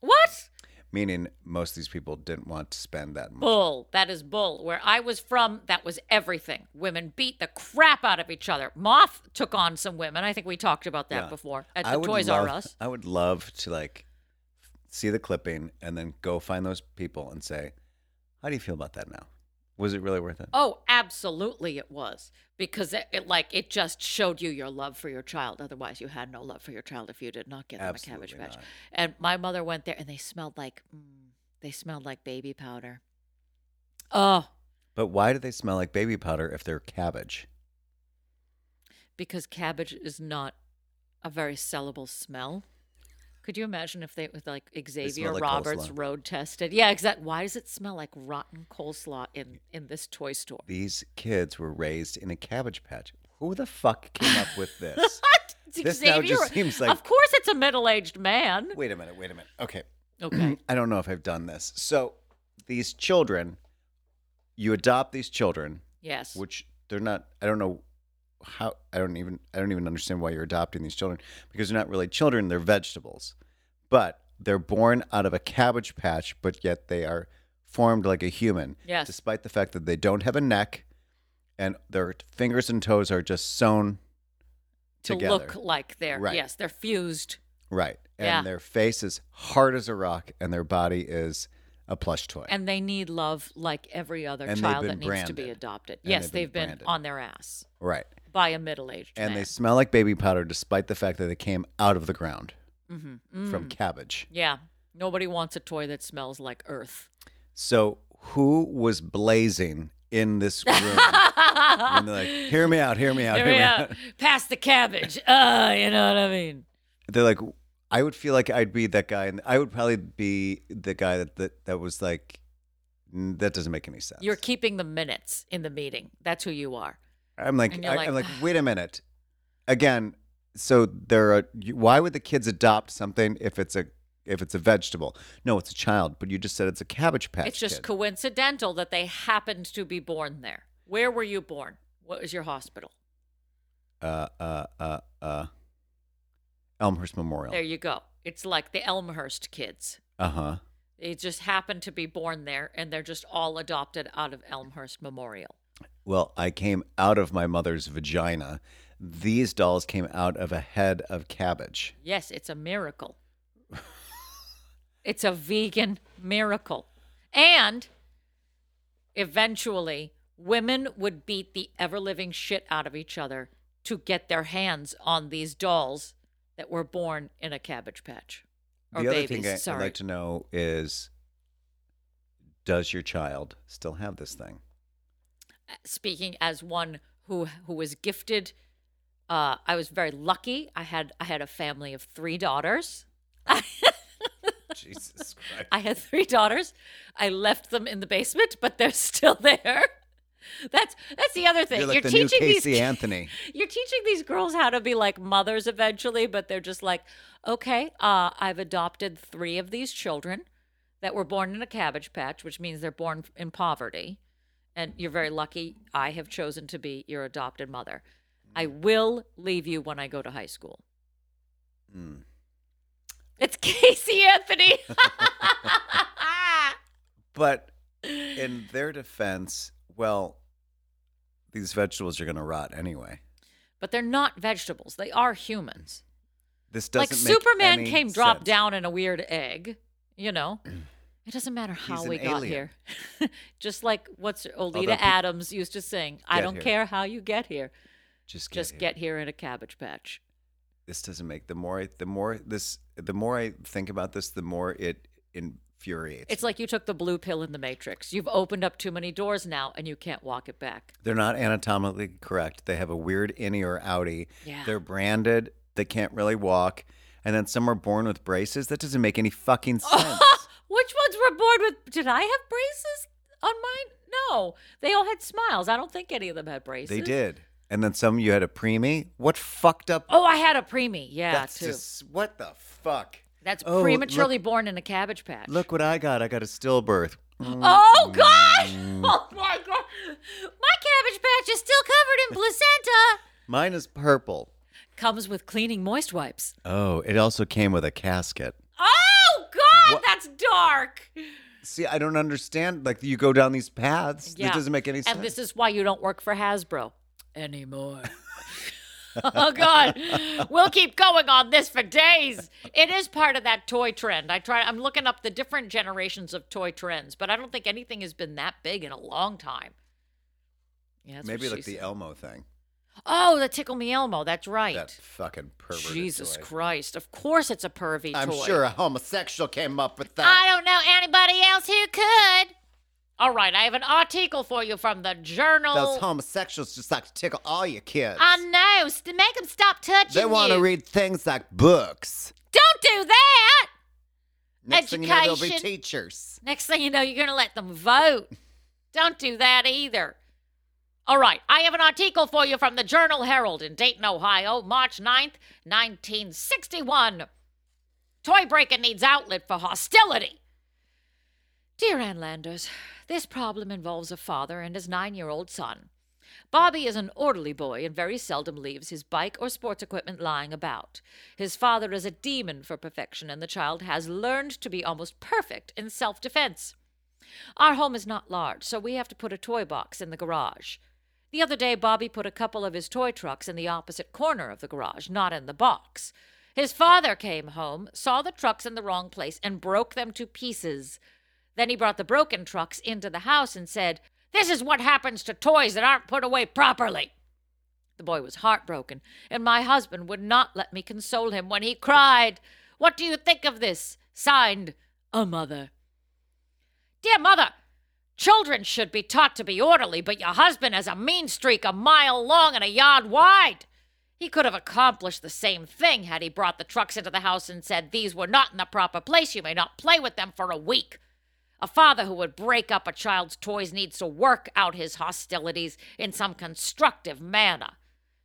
E: What?
D: meaning most of these people didn't want to spend that much.
E: Bull. That is bull. Where I was from, that was everything. Women beat the crap out of each other. Moth took on some women. I think we talked about that
D: Yeah.
E: before at
D: I
E: the
D: would
E: Toys R
D: love,
E: Us.
D: I would love to like see the clipping and then go find those people and say, "How do you feel about that now? Was it really worth it?"
E: Oh, absolutely it was because it, it like it just showed you your love for your child. Otherwise, you had no love for your child if you did not get them a cabbage
D: Absolutely
E: patch.
D: not.
E: And my mother went there and they smelled like mm, they smelled like baby powder. Oh,
D: But why do they smell like baby powder if they're cabbage?
E: because cabbage is not a very sellable smell. Could you imagine if they with like Xavier
D: like
E: Roberts
D: coleslaw.
E: road tested? Yeah, exact. Why does it smell like rotten coleslaw in in this toy store?
D: These kids were raised in a cabbage patch. Who the fuck came up with this? This now just seems like-
E: Of course, it's a middle-aged man.
D: wait a minute, wait a minute. Okay.
E: Okay.
D: I don't know if I've done this. So these children, you adopt these children,
E: yes.
D: which they're not. I don't know how. I don't even. I don't even understand why you're adopting these children because they're not really children. They're vegetables, but they're born out of a cabbage patch, but yet they are formed like a human.
E: Yes.
D: Despite the fact that they don't have a neck, and their fingers and toes are just sewn
E: to
D: together.
E: look like they're
D: Right.
E: yes, they're fused.
D: right, and
E: Yeah.
D: their face is hard as a rock, and their body is a plush toy.
E: And they need love like every other
D: And they've
E: child that
D: been
E: needs to be
D: branded.
E: adopted.
D: And
E: yes,
D: they've
E: they've
D: been
E: been,
D: branded.
E: on their ass
D: right.
E: by a middle-aged
D: and
E: man.
D: they smell like baby powder despite the fact that they came out of the ground
E: Mm-hmm.
D: from
E: Mm.
D: cabbage.
E: yeah, nobody wants a toy that smells like earth.
D: So who was blazing in this room? and they're like, hear me out, hear me out,
E: Here
D: hear
E: we
D: me
E: are.
D: out.
E: Pass the cabbage. Uh, you know what I mean?
D: They're like, I would feel like I'd be that guy, and I would probably be the guy that that, that was like, "Mm, that doesn't make any sense.
E: You're keeping the minutes in the meeting. That's who you are.
D: I'm like,
E: and you're
D: I,
E: like,
D: I'm like, wait a minute. Again, so there are. you- Why would the kids adopt something if it's a if it's a vegetable? No, it's a child. But you just said it's a cabbage patch.
E: it's just
D: Kid.
E: coincidental that they happened to be born there. Where were you born? What was your hospital?
D: uh, uh, uh, uh, Elmhurst Memorial.
E: There you go. It's like the Elmhurst kids.
D: Uh huh.
E: They just happened to be born there, and they're just all adopted out of Elmhurst Memorial.
D: Well, I came out of my mother's vagina. These dolls came out of a head of cabbage.
E: Yes, it's a miracle. it's a vegan miracle. And eventually, women would beat the ever living shit out of each other to get their hands on these dolls that were born in a cabbage patch. Or
D: the other
E: babies,
D: thing I,
E: sorry.
D: would like to know is does your child still have this thing?
E: speaking as one who who was gifted uh, I was very lucky. I had I had a family of three daughters.
D: Jesus Christ.
E: I had three daughters. I left them in the basement, but they're still there. That's that's the other thing.
D: You're like the new
E: teaching these
D: Casey
E: ki-
D: Anthony.
E: You're teaching these girls how to be like mothers eventually, but they're just like, okay, uh, I've adopted three of these children that were born in a cabbage patch, which means they're born in poverty. And you're very lucky I have chosen to be your adopted mother. I will leave you when I go to high school.
D: Mm.
E: It's Casey Anthony.
D: But in their defense, well, these vegetables are going to rot anyway.
E: but they're not vegetables, they are humans.
D: This
E: like
D: doesn't make
E: Superman
D: any
E: came dropped
D: sense.
E: down in a weird egg, you know. It doesn't matter how
D: He's
E: we
D: an
E: got
D: alien.
E: here. Just like what's Olita
D: Although peop-
E: Adams used to sing, I
D: Get
E: don't
D: here.
E: care how you get here,
D: Just
E: just
D: here.
E: get here in a cabbage patch.
D: this doesn't make the more I, the more this the more I think about this, the more it infuriates.
E: It's like you took the blue pill in the Matrix. You've opened up too many doors now and you can't walk it back.
D: they're not anatomically correct. They have a weird innie or outie.
E: Yeah.
D: They're branded. They can't really walk, and then some are born with braces. That doesn't make any fucking sense.
E: Which ones were born with did I have braces on mine? No. They all had smiles. I don't think any of them had braces.
D: they did, and then some you had a preemie. What fucked up?
E: Oh, I had a preemie. Yeah,
D: that's
E: too.
D: just what the fuck.
E: That's
D: Oh, look-
E: prematurely born in a cabbage patch.
D: Look what I got. I got a stillbirth.
E: Oh God! Oh my God! My cabbage patch is still covered in placenta.
D: Mine is purple.
E: Comes with cleaning moist wipes.
D: Oh, it also came with a casket.
E: Oh God,
D: What?
E: that's dark.
D: See, I don't understand. Like you go down these paths.
E: Yeah.
D: It doesn't make any sense.
E: And this is why you don't work for Hasbro anymore. oh God, we'll keep going on this for days. It is part of that toy trend. I try. I'm looking up the different generations of toy trends, but I don't think anything has been that big in a long time. Yeah, that's what
D: Maybe
E: she
D: like the
E: said.
D: Elmo thing.
E: Oh, the Tickle Me Elmo. That's right.
D: That fucking perverted
E: Jesus
D: toy.
E: Christ. Of course it's a pervy
D: I'm
E: toy.
D: sure a homosexual came up with
E: I
D: that.
E: don't know anybody else who could. All right, I have an article for you from the journal.
D: Those homosexuals just like to tickle all your kids.
E: I know. news to make them stop touching
D: They want to
E: you.
D: read things like books.
E: Don't do that.
D: Next thing you know, they'll be
E: Education.
D: teachers.
E: Next thing you know, you're going to let them vote. Don't do that either. All right, I have an article for you from the Journal Herald in Dayton, Ohio, March 9th, 1961. Toy breaker needs outlet for hostility. Dear Ann Landers, this problem involves a father and his nine year old son. Bobby is an orderly boy and very seldom leaves his bike or sports equipment lying about. His father is a demon for perfection, and the child has learned to be almost perfect in self defense. Our home is not large, so we have to put a toy box in the garage. The other day, Bobby put a couple of his toy trucks in the opposite corner of the garage, not in the box. His father came home, saw the trucks in the wrong place, and broke them to pieces. Then he brought the broken trucks into the house and said, This is what happens to toys that aren't put away properly. The boy was heartbroken, and my husband would not let me console him when he cried, What do you think of this? Signed, A Mother. Dear mother, children should be taught to be orderly, but your husband has a mean streak a mile long and a yard wide. He could have accomplished the same thing had he brought the trucks into the house and said, These were not in the proper place. You may not play with them for a week. A father who would break up a child's toys needs to work out his hostilities in some constructive manner.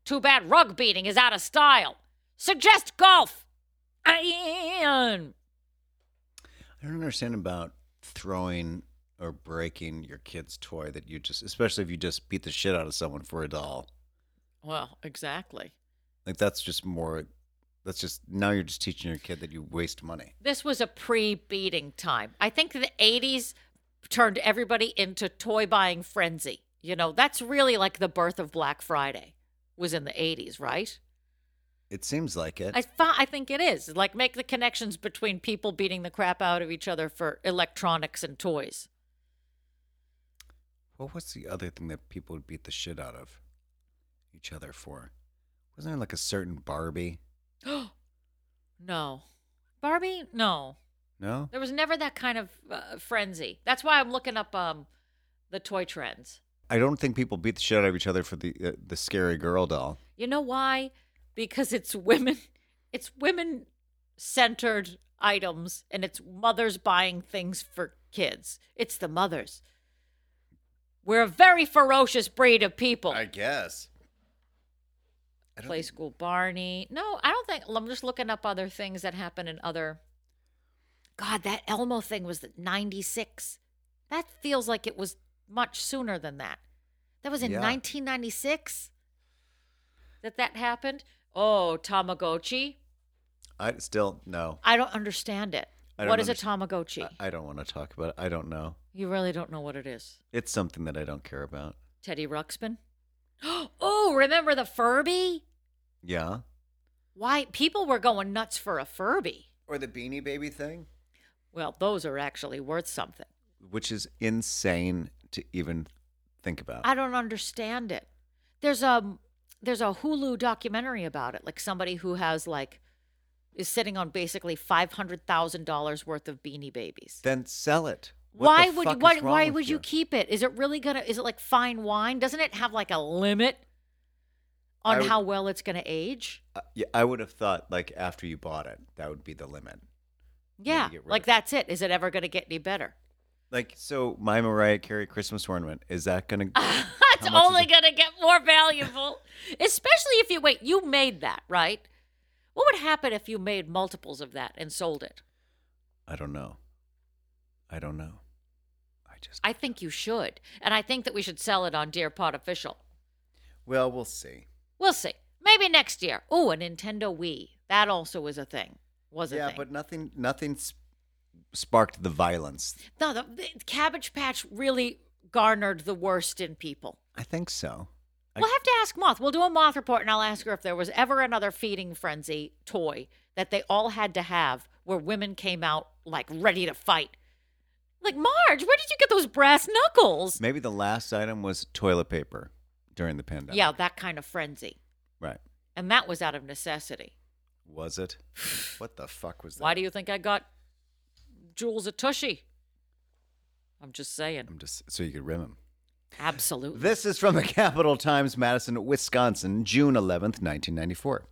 E: Too bad rug beating is out of style. Suggest golf. Ian.
D: I don't understand about throwing or breaking your kid's toy that you just, especially if you just beat the shit out of someone for a doll.
E: Well, exactly.
D: Like that's just more. That's just now you're just teaching your kid that you waste money.
E: This was a pre beating time. I think the 80s turned everybody into toy buying frenzy. You know, that's really like the birth of Black Friday was in the 80s, right?
D: It seems like it.
E: I, fi- I think it is. Like, make the connections between people beating the crap out of each other for electronics and toys.
D: What was the other thing that people would beat the shit out of each other for? Wasn't there like a certain Barbie?
E: No. Barbie? No.
D: No?
E: There was never that kind of uh, frenzy. That's why I'm looking up um, the toy trends.
D: I don't think people beat the shit out of each other for the uh, the scary girl doll.
E: You know why? Because it's women it's women centered items and it's mothers buying things for kids. It's the mothers. We're a very ferocious breed of people.
D: guess. I don't
E: Play
D: think-
E: school Barney. No, I don't think I'm just looking up other things that happen in other God, that Elmo thing was the 96. That feels like it was much sooner than that. That was in
D: Yeah.
E: 1996 that that happened. Oh, Tamagotchi.
D: I still no.
E: I don't understand it.
D: I don't
E: what is a
D: I,
E: Tamagotchi?
D: I don't want to talk about it. I don't know.
E: you really don't know what it is.
D: It's something that I don't care about.
E: Teddy Ruxpin. oh, remember the Furby?
D: Yeah.
E: Why people were going nuts for a Furby?
D: Or the Beanie Baby thing,
E: Well, those are actually worth something.
D: which is insane to even think about.
E: I don't understand it. There's a there's a Hulu documentary about it, like somebody who has like is sitting on basically five hundred thousand dollars worth of Beanie Babies.
D: then sell it. What
E: why
D: the
E: would
D: fuck
E: you,
D: is
E: why,
D: wrong
E: why
D: with
E: would you keep it? Is it really gonna? Is it like fine wine? Doesn't it have like a limit
D: I
E: on
D: would-
E: how well it's gonna age?
D: Uh, yeah, I would have thought like after you bought it, that would be the limit.
E: Yeah,
D: get rid
E: like
D: of it.
E: that's it. Is it ever gonna get any better?
D: Like, so my Mariah Carey Christmas ornament is that gonna?
E: it's
D: How much is
E: only
D: it?
E: gonna get more valuable, especially if you wait. You made that right. What would happen if you made multiples of that and sold it?
D: I don't know. I don't know. I just.
E: I think you should, and I think that we should sell it on Dear Pod Official.
D: Well, we'll see.
E: We'll see. Maybe next year. Oh, a Nintendo Wii. That also was a thing. Was a
D: yeah,
E: thing.
D: but nothing. Nothing sp- sparked the violence.
E: No, the, the Cabbage Patch really garnered the worst in people.
D: I think so. I-
E: We'll have to ask Moth. We'll do a Moth report, and I'll ask her if there was ever another feeding frenzy toy that they all had to have where women came out like ready to fight. Like, Marge, where did you get those brass knuckles?
D: Maybe the last item was toilet paper during the pandemic.
E: Yeah, that kind of frenzy.
D: Right.
E: And that was out of necessity.
D: Was it? what the fuck was that?
E: Why do you think I got Jules a Tushy? I'm just saying. Um,
D: I'm just so you could rim him.
E: Absolutely.
D: This is from the Capital Times, Madison, Wisconsin, June 11th, 1994.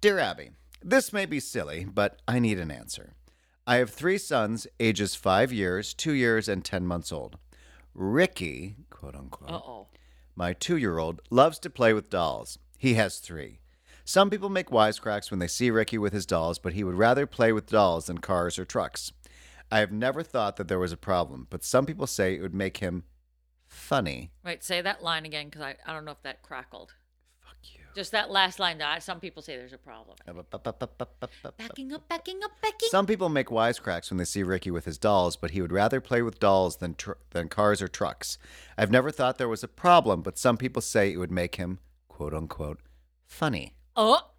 D: Dear Abby, this may be silly, but I need an answer. I have three sons, ages five years, two years, and 10 months old. Ricky, quote unquote,
E: Uh oh.
D: my two year old, loves to play with dolls. He has three. Some people make wisecracks when they see Ricky with his dolls, but he would rather play with dolls than cars or trucks. I have never thought that there was a problem, but some people say it would make him funny.
E: Wait, say that line again because I, I don't know if that crackled. Fuck you. Just that last line. That I, some people say there's a problem. Backing up, backing up, backing
D: Some people make wisecracks when they see Ricky with his dolls, but he would rather play with dolls than tr- than cars or trucks. I've never thought there was a problem, but some people say it would make him "quote unquote" funny
E: Oh.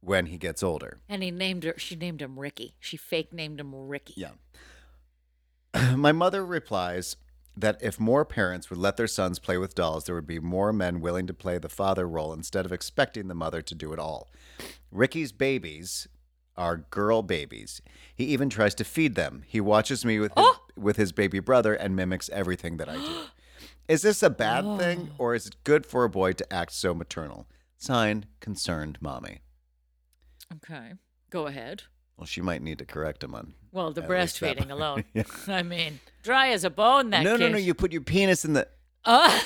D: when he gets older.
E: And he named her, she named him Ricky. She fake named him Ricky.
D: Yeah. My mother replies that if more parents would let their sons play with dolls, there would be more men willing to play the father role instead of expecting the mother to do it all. Ricky's babies are girl babies. He even tries to feed them. He watches me with his,
E: Oh!
D: with his baby brother and mimics everything that I do. Is this a bad thing or is it good for a boy to act so maternal? Signed, concerned mommy.
E: Okay. Go ahead.
D: Well, she might need to correct him on.
E: Well, the
D: At least that-
E: breastfeeding alone.
D: Yeah.
E: I mean, dry as a bone, that
D: no, no,
E: kid.
D: no, you put your penis in the
E: Oh.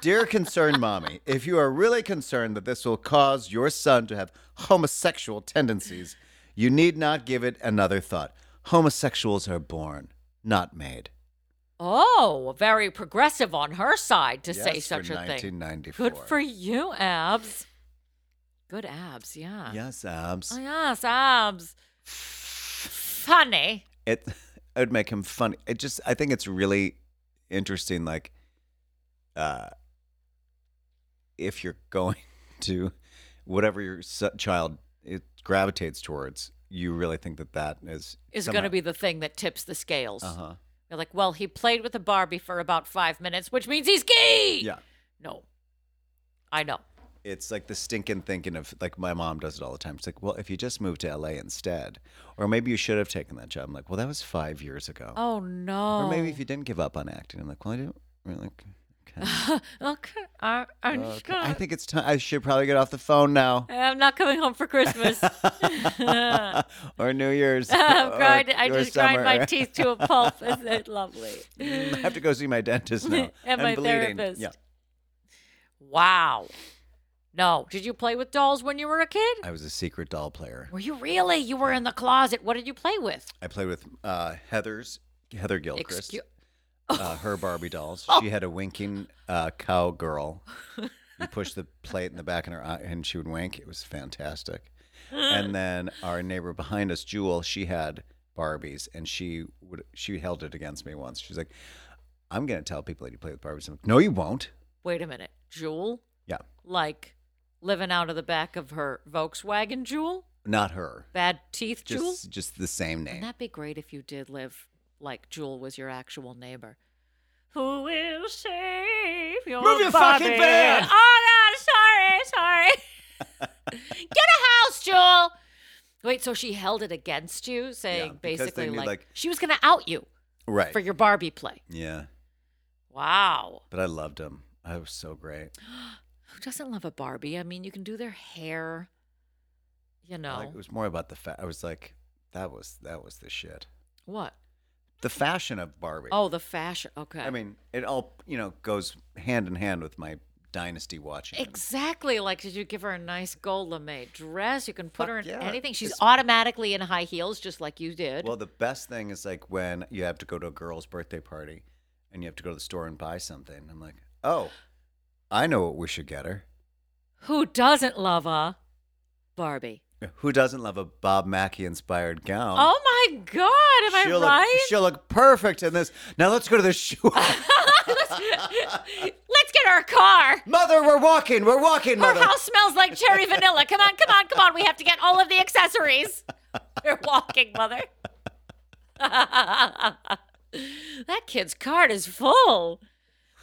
D: Dear concerned mommy, if you are really concerned that this will cause your son to have homosexual tendencies, you need not give it another thought. Homosexuals are born, not made.
E: Oh, very progressive on her side to say
D: Yes,
E: such
D: for
E: a thing.
D: 1994.
E: Good for you, abs. Good abs, yeah.
D: Yes, abs.
E: Oh, yes, abs. Funny.
D: It, it would make him funny. It just, I think it's really interesting. Like, uh, if you're going to whatever your s- child it gravitates towards, you really think that that is
E: Is going to be the thing that tips the scales.
D: Uh huh.
E: You're like, well, he played with a Barbie for about five minutes, which means he's gay.
D: Yeah.
E: No. I know.
D: it's like the stinking thinking of like my mom does it all the time. It's like, well, if you just moved to LA instead, or maybe you should have taken that job. I'm like, well, that was five years ago.
E: Oh, no.
D: Or maybe if you didn't give up on acting, I'm like, well, I don't really. Okay.
E: Okay. I, I'm just
D: Uh, Okay.
E: gonna.
D: I think it's time. I should probably get off the phone now,
E: I'm not coming home for Christmas.
D: or New Year's.
E: I'm
D: or-
E: grind, Oh, I
D: or
E: just grind my
D: summer.
E: teeth to a pulp. Isn't it lovely?
D: I have to go see my dentist now.
E: And
D: I'm
E: my
D: bleeding.
E: therapist.
D: Yeah,
E: Wow. No. Did you play with dolls when you were a kid?
D: I was a secret doll player.
E: Were you really? You were in the closet. What did you play with?
D: I played with uh, Heather's Heather Gilchrist.
E: Excu-
D: uh, her Barbie dolls. She had a winking uh, cowgirl. You push the plate in the back of her eye, and she would wink. It was fantastic. And then our neighbor behind us, Jewel, she had Barbies, and she would she held it against me once. She's like, "I'm gonna tell people that you play with Barbies." I'm like, "No, you won't."
E: Wait a minute. Jewel?
D: Yeah,
E: Like living out of the back of her Volkswagen Jewel?
D: not her.
E: Bad teeth
D: Just
E: Jewel?
D: just the same name.
E: Wouldn't that be great if you did live like Jewel was your actual neighbor? Who will save your
D: Move your fucking
E: Bobby?
D: van!
E: Oh God, sorry, sorry. Get a house, Jewel. Wait, so she held it against you, saying
D: because they
E: basically
D: knew,
E: like,
D: like-
E: she was gonna out you
D: right.
E: for your Barbie play.
D: yeah,
E: Wow.
D: but I loved him. I was so great.
E: Who doesn't love a Barbie? I mean, you can do their hair. You know
D: Like, it was more about the fact. I was like, that was that was the shit.
E: what?
D: The fashion of Barbie.
E: Oh, the fashion. Okay.
D: I mean, it all you know goes hand in hand with my dynasty watching.
E: Exactly. Like, did you give her a nice gold lame dress? You can put
D: Fuck
E: her in
D: yeah.
E: anything. She's
D: It's-
E: automatically in high heels, just like you did.
D: Well, the best thing is like when you have to go to a girl's birthday party and you have to go to the store and buy something. I'm like, oh, I know what we should get her.
E: Who doesn't love a Barbie?
D: Who doesn't love a Bob Mackie inspired gown?
E: Oh, my God. Am
D: she'll
E: I
D: Look,
E: right?
D: she'll look perfect in this. Now let's go to the shoe.
E: Let's get her a car.
D: mother, we're walking. We're walking,
E: Her
D: mother.
E: house smells like cherry vanilla. Come on, come on, come on. We have to get all of the accessories. We're walking, mother. that kid's card is full.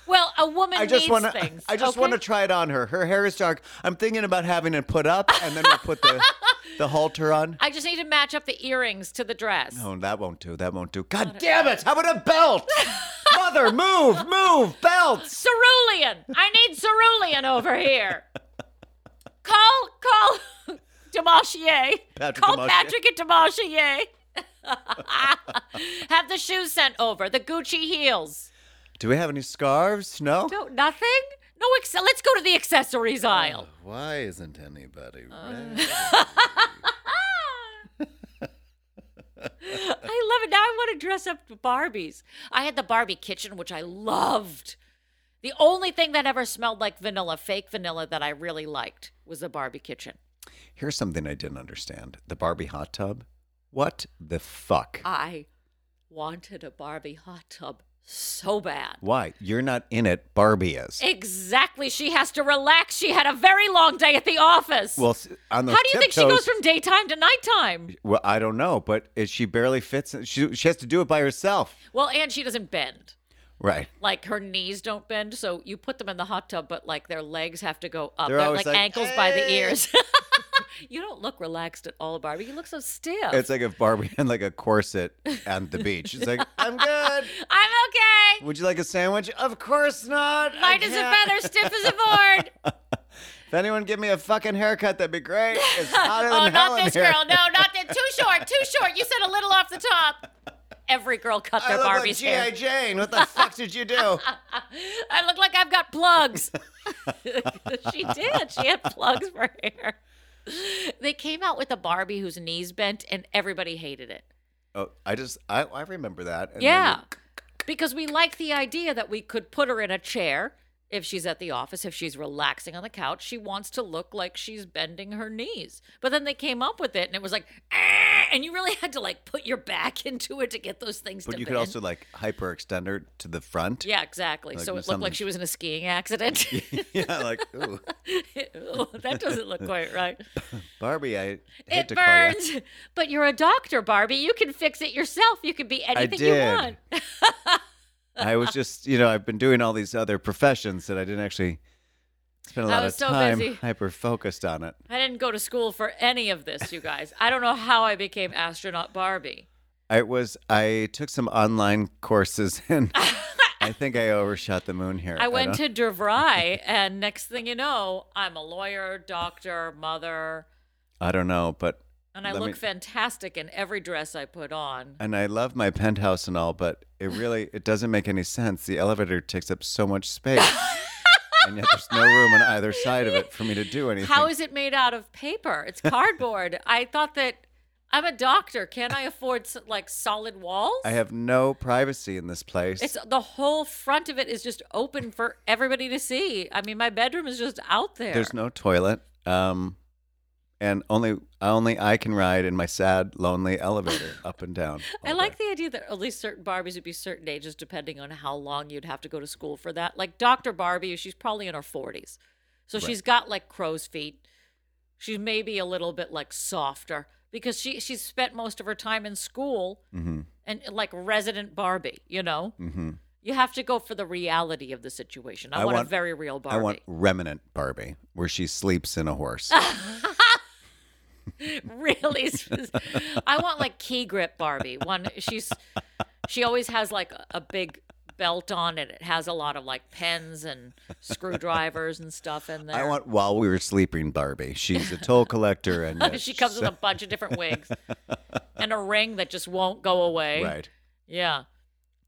E: Well, a woman
D: I just
E: needs
D: want to.
E: things.
D: I just want to
E: okay?
D: try it on her. Her hair is dark. I'm thinking about having it put up, and then we'll put the the halter on.
E: I just need to match
D: Oh,
E: up the earrings to the dress.
D: No, that won't do. That won't do. God damn it! How about a belt? Mother, move, move, belts.
E: Cerulean. I need Cerulean over here. Call, call Demarchier.
D: Patrick
E: call
D: Demarchier.
E: Patrick and Demarchier. Have the shoes sent over. The Gucci heels.
D: Do we have any scarves? No.
E: No, nothing. No, ex- let's go to the accessories aisle.
D: Oh, Why isn't anybody?
E: Uh.
D: ready?
E: I love it. Now I want to dress up to Barbies. I had the Barbie kitchen, which I loved. The only thing that ever smelled like vanilla, fake vanilla, that I really liked was the Barbie kitchen.
D: Here's something I didn't understand: the Barbie hot tub. What the fuck?
E: I wanted a Barbie hot tub so bad.
D: Why? You're not in it. Barbie is.
E: Exactly. She has to relax. She had a very long day at the office.
D: Well, s- on those
E: How do you think she goes
D: tiptoes-
E: from daytime to nighttime?
D: Well, I don't know, but it, she barely fits. in- She she has to do it by herself.
E: Well, and she doesn't bend.
D: Right.
E: Like her knees don't bend, so you put them in the hot tub, but like their legs have to go up.
D: They're
E: They're,
D: always
E: like,
D: like,
E: ankles by the
D: "Hey."
E: ears. you don't look relaxed at all, Barbie. You look so stiff.
D: It's like if Barbie had like a corset at the beach. It's like I'm good.
E: I'm okay.
D: Would you like a sandwich? Of course not. I
E: Light as a
D: can't."
E: feather, stiff as a board.
D: If anyone give me a fucking haircut, that'd be great. It's hotter than
E: oh,
D: hell
E: not
D: in
E: this
D: here.
E: girl. No, not that. Too short. Too short. You said a little off the top. Every girl cut
D: I
E: their
D: look like
E: Barbie's hair.
D: G.I. Jane. What the fuck did you do?
E: I look like I've got plugs. she did. She had plugs for hair. They came out with a Barbie whose knees bent, and everybody hated it.
D: Oh, I just I, I remember that. And then
E: yeah. Because we like the idea that we could put her in a chair if she's at the office, if she's relaxing on the couch. She wants to look like she's bending her knees. But then they came up with it, and it was like, "Ah," and you really had to like put your back into it to get those things
D: But
E: to
D: you could
E: bend.
D: also like hyperextend her to the front.
E: yeah, exactly.
D: like,
E: so it looked
D: do
E: like
D: something.
E: she was in a skiing accident.
D: yeah, like ooh,
E: Ew, that doesn't look quite right.
D: Barbie. I hate
E: It
D: to call you.
E: burns. But you're a doctor, Barbie. You can fix it yourself. You can be anything you
D: did.
E: want.
D: I was just, you know, I've been doing all these other professions that I didn't actually spend a
E: I
D: lot
E: was
D: of
E: so busy.
D: time hyper focused on it.
E: I didn't go to school for any of this, you guys. I don't know how I became astronaut Barbie.
D: I was, I took some online courses and I think I overshot the moon here.
E: I went
D: don't-
E: to DeVry, and next thing you know, I'm a lawyer, doctor, mother,
D: I don't know, but
E: and I
D: Let
E: look
D: me-
E: fantastic in every dress I put on.
D: and I love my penthouse and all, but it really it doesn't make any sense. The elevator takes up so much space. and yet there's no room on either side of it for me to do anything.
E: How is it made out of paper? It's cardboard. I thought that I'm a doctor. Can I afford s- like solid walls?
D: I have no privacy in this place.
E: It's the whole front of it is just open for everybody to see. I mean, my bedroom is just out there.
D: There's no toilet. Um, and only only I can ride in my sad, lonely elevator up and down.
E: I
D: all
E: like
D: day.
E: the idea that at least certain Barbies would be certain ages, depending on how long you'd have to go to school for that. Like Dr. Barbie, she's probably in her 40s. So she's got like crow's feet. She's maybe a little bit like softer because she she's spent most of her time in school
D: Mm-hmm.
E: and like resident Barbie, you know? Mm-hmm. You have to go for the reality of the situation. I,
D: I
E: want,
D: want-
E: a very real Barbie.
D: I want remnant Barbie, where she sleeps in a horse.
E: really sp- i want like key grip barbie one she's she always has like a- a big belt on and it has a lot of like pens and screwdrivers and stuff in there
D: I want while we were sleeping Barbie. She's a toll collector, and yet
E: she comes with a bunch of different wigs and a ring that just won't go away
D: right.
E: yeah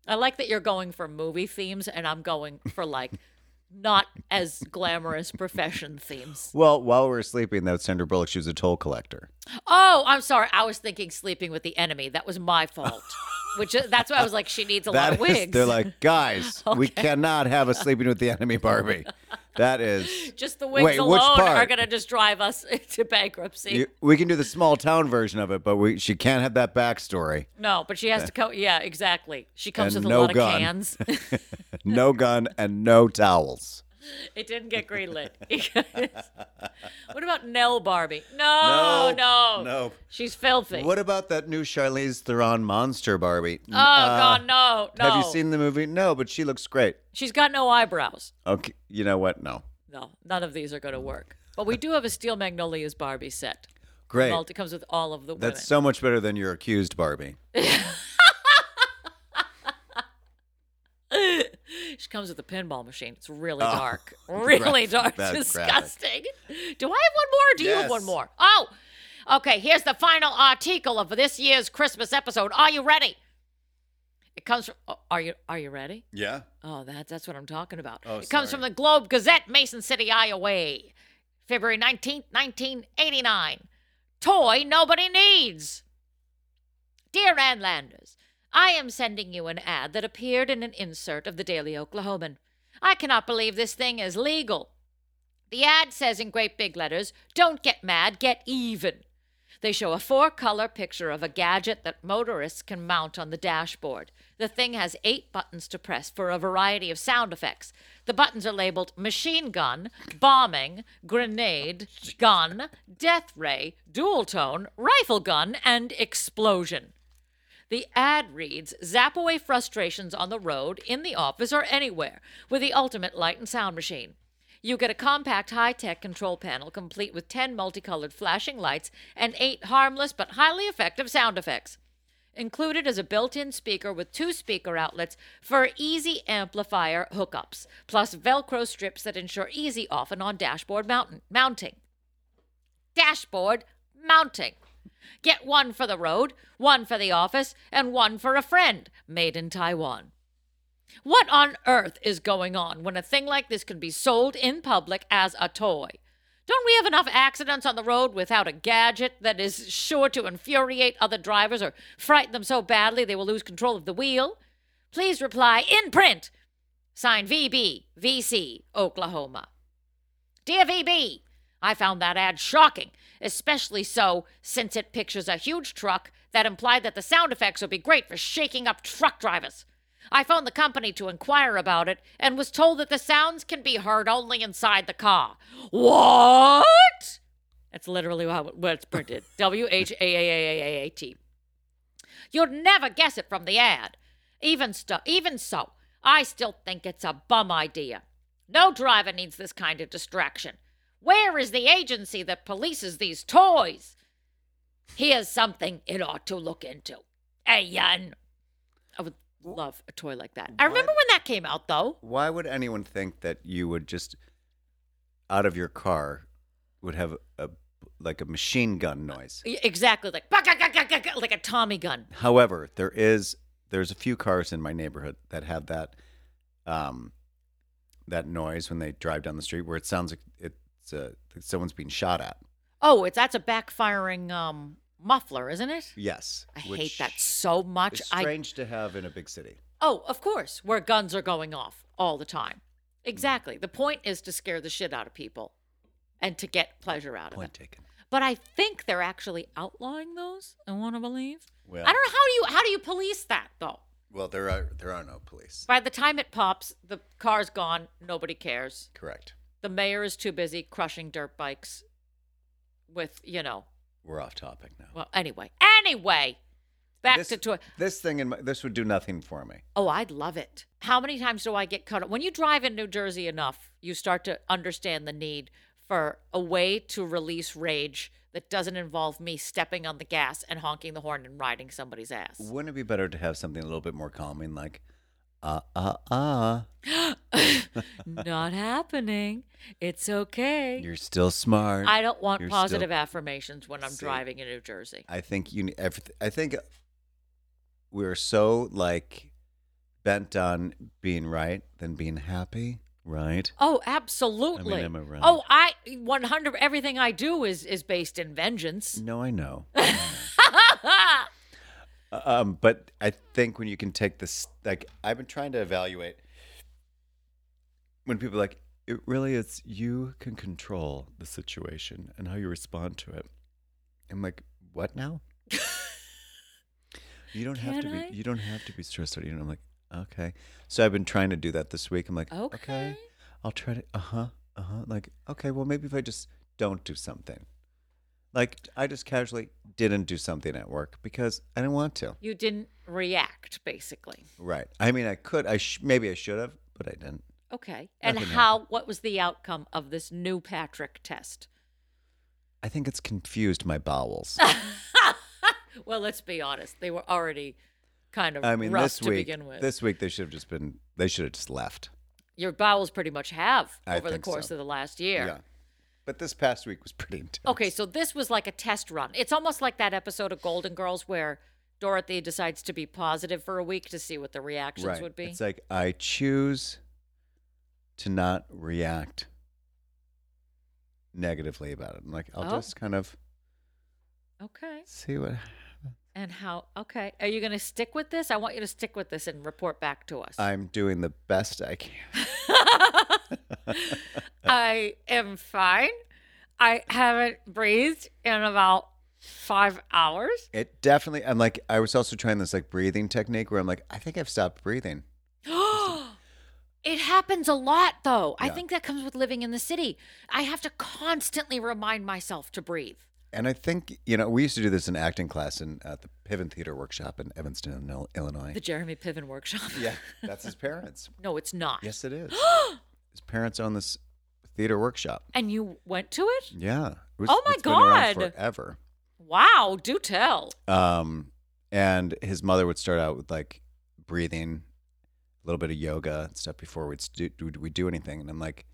E: i like that you're going for movie themes and i'm going for like not as glamorous profession themes
D: Well, while we were sleeping, though, Sandra Bullock, she was a toll collector.
E: Oh, I'm sorry. I was thinking sleeping with the enemy. That was my fault. Which uh, that's why I was like, she needs a lot
D: That
E: of
D: is-
E: wigs.
D: they're like, guys, we cannot have a sleeping with the enemy Barbie. That is,
E: just the wigs
D: Wait, which
E: alone are
D: part?
E: going to just drive us to bankruptcy.
D: you- we can do the small town version of it, but we she can't have that backstory.
E: no, but she has to come. Yeah, exactly. She comes
D: And
E: with a
D: no
E: lot
D: gun.
E: of cans.
D: No gun and no towels.
E: it didn't get greenlit. what about Nell Barbie? No, Oh, no,
D: no.
E: She's filthy.
D: What about that new Charlize Theron monster Barbie?
E: oh God, no, no.
D: uh, Have you seen the movie? No, but she looks great.
E: She's got no eyebrows.
D: Okay, you know what? No,
E: No, none of these are going to work. But we do have a Steel Magnolias Barbie set.
D: great.
E: Multi comes with all of the women.
D: That's so much better than your accused Barbie.
E: comes with a pinball machine. It's really dark. really
D: Oh, graph-
E: dark.
D: bad graphic.
E: Disgusting. Do I have one more or do you have one
D: Yes.
E: more? Oh, okay. Here's the final article of this year's Christmas episode. Are you ready? It comes from. oh, Are you Are you ready?
D: Yeah.
E: Oh, that, that's what I'm talking about.
D: Oh,
E: it comes
D: sorry.
E: from the Globe Gazette, Mason City, Iowa, February 19th, 1989. Toy nobody needs. Dear Ann Landers, I am sending you an ad that appeared in an insert of the Daily Oklahoman. I cannot believe this thing is legal. The ad says in great big letters, Don't get mad, get even. They show a four color picture of a gadget that motorists can mount on the dashboard. The thing has eight buttons to press for a variety of sound effects. The buttons are labeled machine gun, bombing, grenade, gun, death ray, dual tone, rifle gun, and explosion. The ad reads Zap away frustrations on the road, in the office, or anywhere with the ultimate light and sound machine. You get a compact high tech control panel complete with 10 multicolored flashing lights and eight harmless but highly effective sound effects. Included is a built in speaker with two speaker outlets for easy amplifier hookups, plus Velcro strips that ensure easy off and on dashboard mountain, mounting. Dashboard mounting. Get one for the road, one for the office, and one for a friend, made in Taiwan. What on earth is going on when a thing like this can be sold in public as a toy? Don't we have enough accidents on the road without a gadget that is sure to infuriate other drivers or frighten them so badly they will lose control of the wheel? Please reply in print. Signed VB, VC, Oklahoma. Dear VB, I found that ad shocking, especially so since it pictures a huge truck that implied that the sound effects would be great for shaking up truck drivers. I phoned the company to inquire about it and was told that the sounds can be heard only inside the car. What? That's literally how it- what it's printed. W H A A A A A T. You'd never guess it from the ad. Even stu even so, I still think it's a bum idea. No driver needs this kind of distraction. Where is the agency that polices these toys? Here's something it ought to look into. Ayan. I would love a toy like that. I remember when that came out, though.
D: Why would anyone think that you would just out of your car would have a like a machine gun noise?
E: E- Exactly, like "Bah, gah, gah, gah, gah, gah," like a Tommy gun.
D: However, there is there's a few cars in my neighborhood that have that um that noise when they drive down the street where it sounds like it's uh, like someone's being shot at.
E: Oh, it's that's a backfiring um, muffler, isn't it?
D: Yes.
E: I
D: which
E: hate that so much.
D: is
E: I
D: strange to have in a big city.
E: Oh, of course, where guns are going off all the time. Exactly. The point is to scare the shit out of people and to get pleasure out of
D: Point
E: it.
D: taken.
E: But I think they're actually outlawing those, I want to believe.
D: Well,
E: I don't know how do you how do you police that though?
D: well, there are there are no police.
E: By the time it pops, the car's gone, nobody cares.
D: Correct.
E: The mayor is too busy crushing dirt bikes with, you know,
D: We're off topic now.
E: well, anyway. Anyway, back
D: this,
E: to toy.
D: This thing in my, this would do nothing for me.
E: Oh, I'd love it. How many times do I get cut? When you drive in New Jersey enough, you start to understand the need for a way to release rage that doesn't involve me stepping on the gas and honking the horn and riding somebody's ass.
D: Wouldn't it be better to have something a little bit more calming, like uh uh uh?
E: Not happening. It's okay.
D: You're still smart.
E: I don't want
D: you're still-
E: positive affirmations when I'm
D: See.
E: driving in New Jersey.
D: I think you. ne- everyth- I think we're so like bent on being right than being happy, right?
E: Oh, absolutely.
D: am I right?
E: Oh, I 100 everything I do is is based in vengeance.
D: No, I know. Mm. um, but I think when you can take this, like I've been trying to evaluate when people are like it really is you can control the situation and how you respond to it. I'm like, what now? you don't have to
E: Can
D: be.
E: I?
D: You don't have to be stressed out. You know, I'm like, okay. So I've been trying to do that this week. I'm like, okay,
E: Okay.
D: I'll try to. Uh huh. Uh huh. Like, okay, well maybe if I just don't do something. Like I just casually didn't do something at work because I didn't want to.
E: You didn't react basically.
D: Right. I mean, I could. I sh- maybe I should have, but I didn't.
E: Okay. And
D: Nothing
E: how what was the outcome of this new Patrick test?
D: I think it's confused my bowels.
E: Well, let's be honest. They were already kind of
D: I mean,
E: rough
D: this
E: to
D: week,
E: begin with.
D: this week they should have just been. They should have just left.
E: your bowels pretty much have
D: I
E: over the
D: think
E: course
D: so.
E: of the last year.
D: Yeah. But this past week was pretty intense.
E: Okay, so this was like a test run. It's almost like that episode of Golden Girls where Dorothy decides to be positive for a week to see what the reactions
D: right.
E: would be.
D: It's like I choose to not react negatively about it. I'm like, I'll
E: Oh.
D: just kind of
E: okay.
D: see what.
E: And how? Okay. Are you going to stick with this? I want you to stick with this and report back to us.
D: I'm doing the best I can.
E: I am fine. I haven't breathed in about five hours.
D: It definitely. I'm like, I was also trying this like breathing technique where I'm like, I think I've stopped breathing.
E: It happens a lot, though. I
D: Yeah.
E: think that comes with living in the city. I have to constantly remind myself to breathe.
D: And I think you know we used to do this in acting class in at the Piven Theater Workshop in Evanston, Il- Illinois.
E: The Jeremy Piven workshop.
D: yeah, that's his parents.
E: No, it's not.
D: Yes, it is. his parents own this theater workshop.
E: And you went to it?
D: Yeah. It was,
E: Oh my
D: it's been around
E: God.
D: forever.
E: Wow, do tell.
D: Um, and his mother would start out with like breathing, a little bit of yoga and stuff before we'd do we do anything. And I'm like,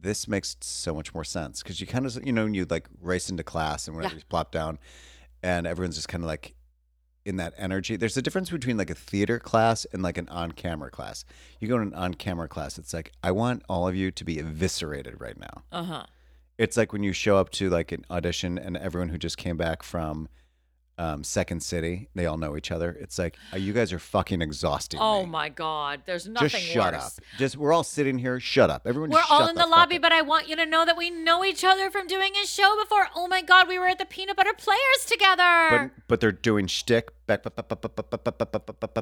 D: this makes so much more sense because you kind of you know you like race into class and whenever
E: Yeah.
D: you plop down, and everyone's just kind of like in that energy. There's a difference between like a theater class and like an on camera class. You go in an on camera class, it's like I want all of you to be eviscerated right now.
E: Uh huh.
D: It's like when you show up to like an audition and everyone who just came back from um, Second City, they all know each other. It's like "Oh, you guys are fucking exhausting.
E: Oh
D: me.
E: my God, there's nothing
D: Just shut
E: worse.
D: up. Just we're all sitting here. Shut up, everyone.
E: We're
D: shut
E: all in the,
D: fuck
E: lobby,
D: up."
E: but I want you to know that we know each other from doing a show before. Oh my God, we were at the Peanut Butter Players
D: but
E: together.
D: but they're doing shtick. Back,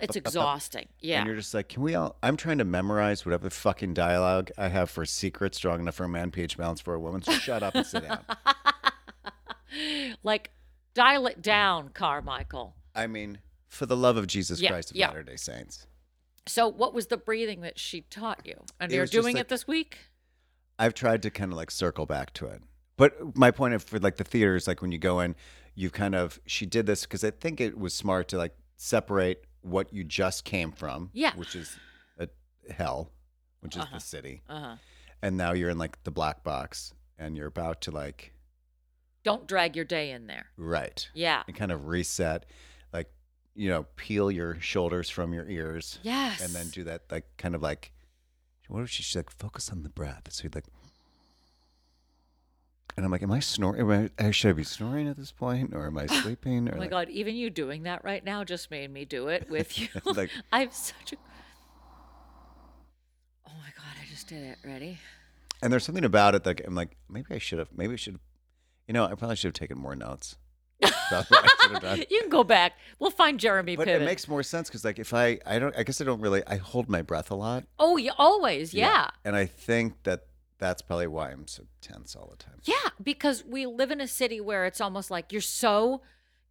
E: it's exhausting. Yeah.
D: And you're just like, can we all? I'm trying to memorize whatever fucking dialogue I have for Secret, strong enough for a man, pH balance for a woman. So shut up and sit down.
E: like, dial it down, Carmichael.
D: I mean, for the love of Jesus
E: Yeah,
D: Christ of
E: yeah.
D: Latter Day Saints.
E: So, what was the breathing that she taught you? And
D: It
E: you're
D: was just
E: doing
D: like-
E: it this week?
D: I've tried to kind of like circle back to it. But my point of for like the theater is like when you go in, you kind of she did this because I think it was smart to like separate what you just came from,
E: Yeah.
D: which is a hell, which is the city,
E: Uh huh.
D: and now you're in like the black box, and you're about to like
E: Don't drag your day in there.
D: right
E: Yeah.
D: and kind of reset, like you know peel your shoulders from your ears,
E: Yes.
D: and then do that like kind of like what if she, she's like focus on the breath so you'd like and i'm like am i snoring am I, should i be snoring at this point or am i sleeping or
E: Oh my
D: like,
E: God, even you doing that right now just made me do it with you.
D: Like-
E: I'm such a. Oh my God, I just did it. Ready?
D: and there's something about it that i'm like maybe i should have maybe i should have you know i probably should have taken more notes That's what I should have done.
E: You can go back. We'll find Jeremy
D: Uh, but
E: Piven.
D: it makes more sense because like if i i don't i guess i don't really i hold my breath a lot
E: oh, yeah, always. Yeah.
D: and i think that that's probably why i'm so tense all the time
E: yeah. Because we live in a city where it's almost like you're so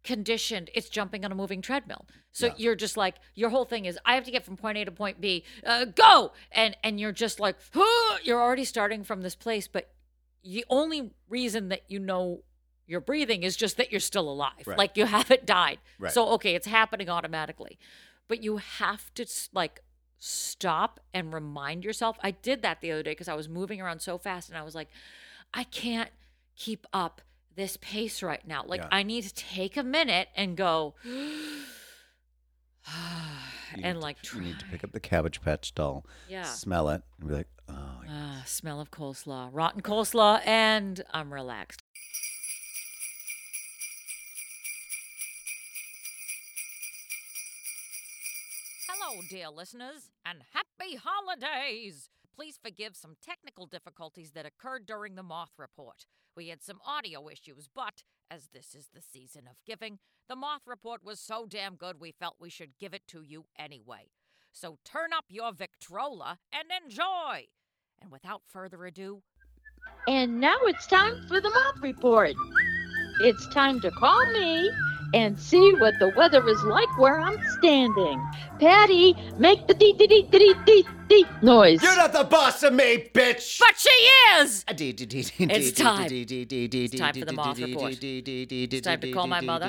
E: conditioned, it's jumping on a moving treadmill. So you're just like, your whole thing is, I have to get from point A to point B, uh, go. And, and you're just like, "Huh," you're already starting from this place. But the only reason that you know you're breathing is just that you're still alive.
D: Right.
E: Like you haven't died.
D: Right.
E: So, okay, it's happening automatically. But you have to s- like stop and remind yourself. I did that the other day because I was moving around so fast and I was like, I can't keep up this pace right now. Like,
D: Yeah.
E: I need to take a minute and go.
D: You
E: and
D: need
E: like
D: to, you need to
E: try.
D: pick up the cabbage patch doll
E: Yeah.
D: smell it and be like oh I
E: Ah, smell of coleslaw, rotten coleslaw, and I'm relaxed. Hello, dear listeners, and happy holidays! Please forgive some technical difficulties that occurred during the Moth Report. We had some audio issues, but as this is the season of giving, the Moth Report was so damn good we felt we should give it to you anyway. So turn up your Victrola and enjoy! And without further ado,
C: And now it's time for the Moth Report. It's time to call me and see what the weather is like where I'm standing. Patty, make the dee dee dee dee dee dee noise.
D: You're not the boss of me, bitch.
E: But she is.
D: It's
E: time.
D: It's
E: time for the Moth Report.
D: It's
E: time to call my mother,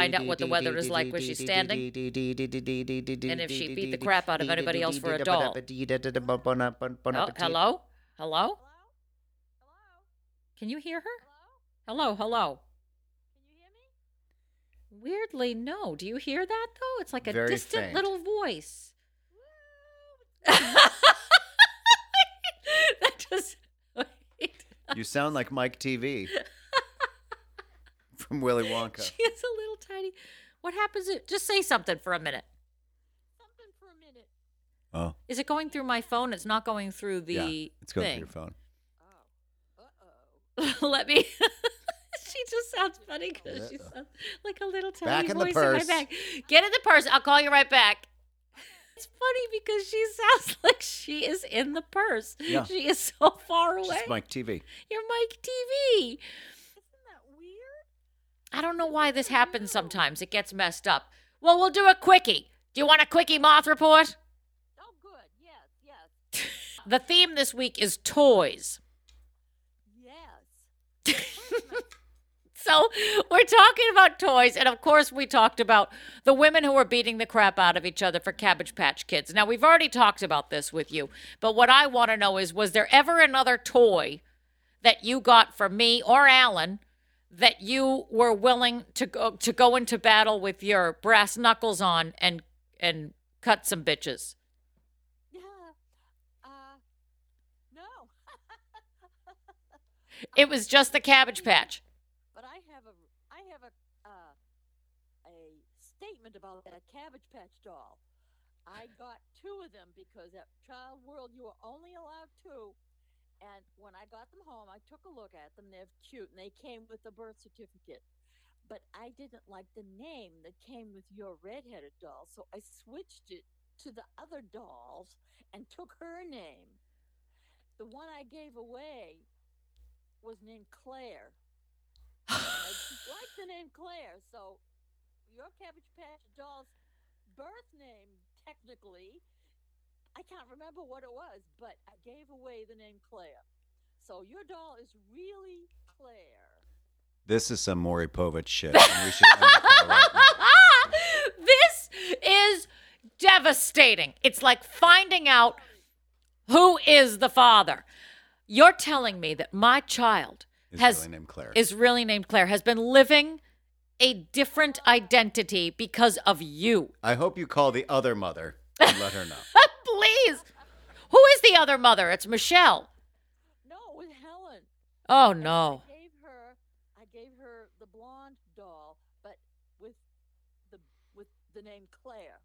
E: find out what the weather is like where she's standing,
D: and
E: if she beat the crap out of anybody else for a doll. Oh, hello? Hello? Can you hear her? Hello, hello. Weirdly, no. Do you hear that though? It's like a
D: Very
E: distant
D: faint.
E: little voice. that does. Wait.
D: You sound like Mike TV from Willy Wonka.
E: She is a little tiny. What happens? If, just say something for a minute.
D: Oh,
E: Is it going through my phone? It's not going through the.
D: yeah. It's going
E: thing.
D: through your phone.
E: Let me. she just sounds funny because she sounds like a little tiny
D: Uh-huh. Back in the
E: voice
D: purse.
E: in my back. Get in the purse. I'll call you right back. It's funny because she sounds like she is in the purse.
D: Yeah.
E: She is so far away.
D: Just Mike TV.
E: You're Mike TV. Isn't that weird? I don't know why this happens sometimes. It gets messed up. Well, we'll do a quickie. Do you want a quickie moth report?
C: Oh, good. Yes, yes,
E: The theme this week is toys.
C: yes.
E: So we're talking about toys, and of course, we talked about the women who were beating the crap out of each other for Cabbage Patch Kids. Now we've already talked about this with you, but what I want to know is, was there ever another toy that you got for me or Alan that you were willing to go to go into battle with your brass knuckles on and and cut some bitches?
C: Yeah. Uh, no,
E: It was just the Cabbage Patch.
C: but I have a, I have a, uh, a statement about that Cabbage Patch doll. I got two of them because at Child World you were only allowed two, and when I got them home, I took a look at them. They're cute, and they came with a birth certificate. But I didn't like the name that came with your red-headed doll, so I switched it to the other dolls and took her name. The one I gave away was named Claire. I like the name Claire, so your Cabbage Patch doll's birth name, technically, I can't remember what it was, but I gave away the name Claire. So your doll is really Claire.
D: This is some Maury Povich shit. and we should end the call right now.
E: this is devastating. It's like finding out who is the father. You're telling me that my child
D: Is
E: has
D: really named Claire.
E: is really named Claire has been living a different identity because of you.
D: I hope you call the other mother and let her know.
E: Please. Who is the other mother? It's Michelle.
C: No, it was Helen.
E: Oh no.
C: I gave her I gave her the blonde doll, but with the with the name Claire,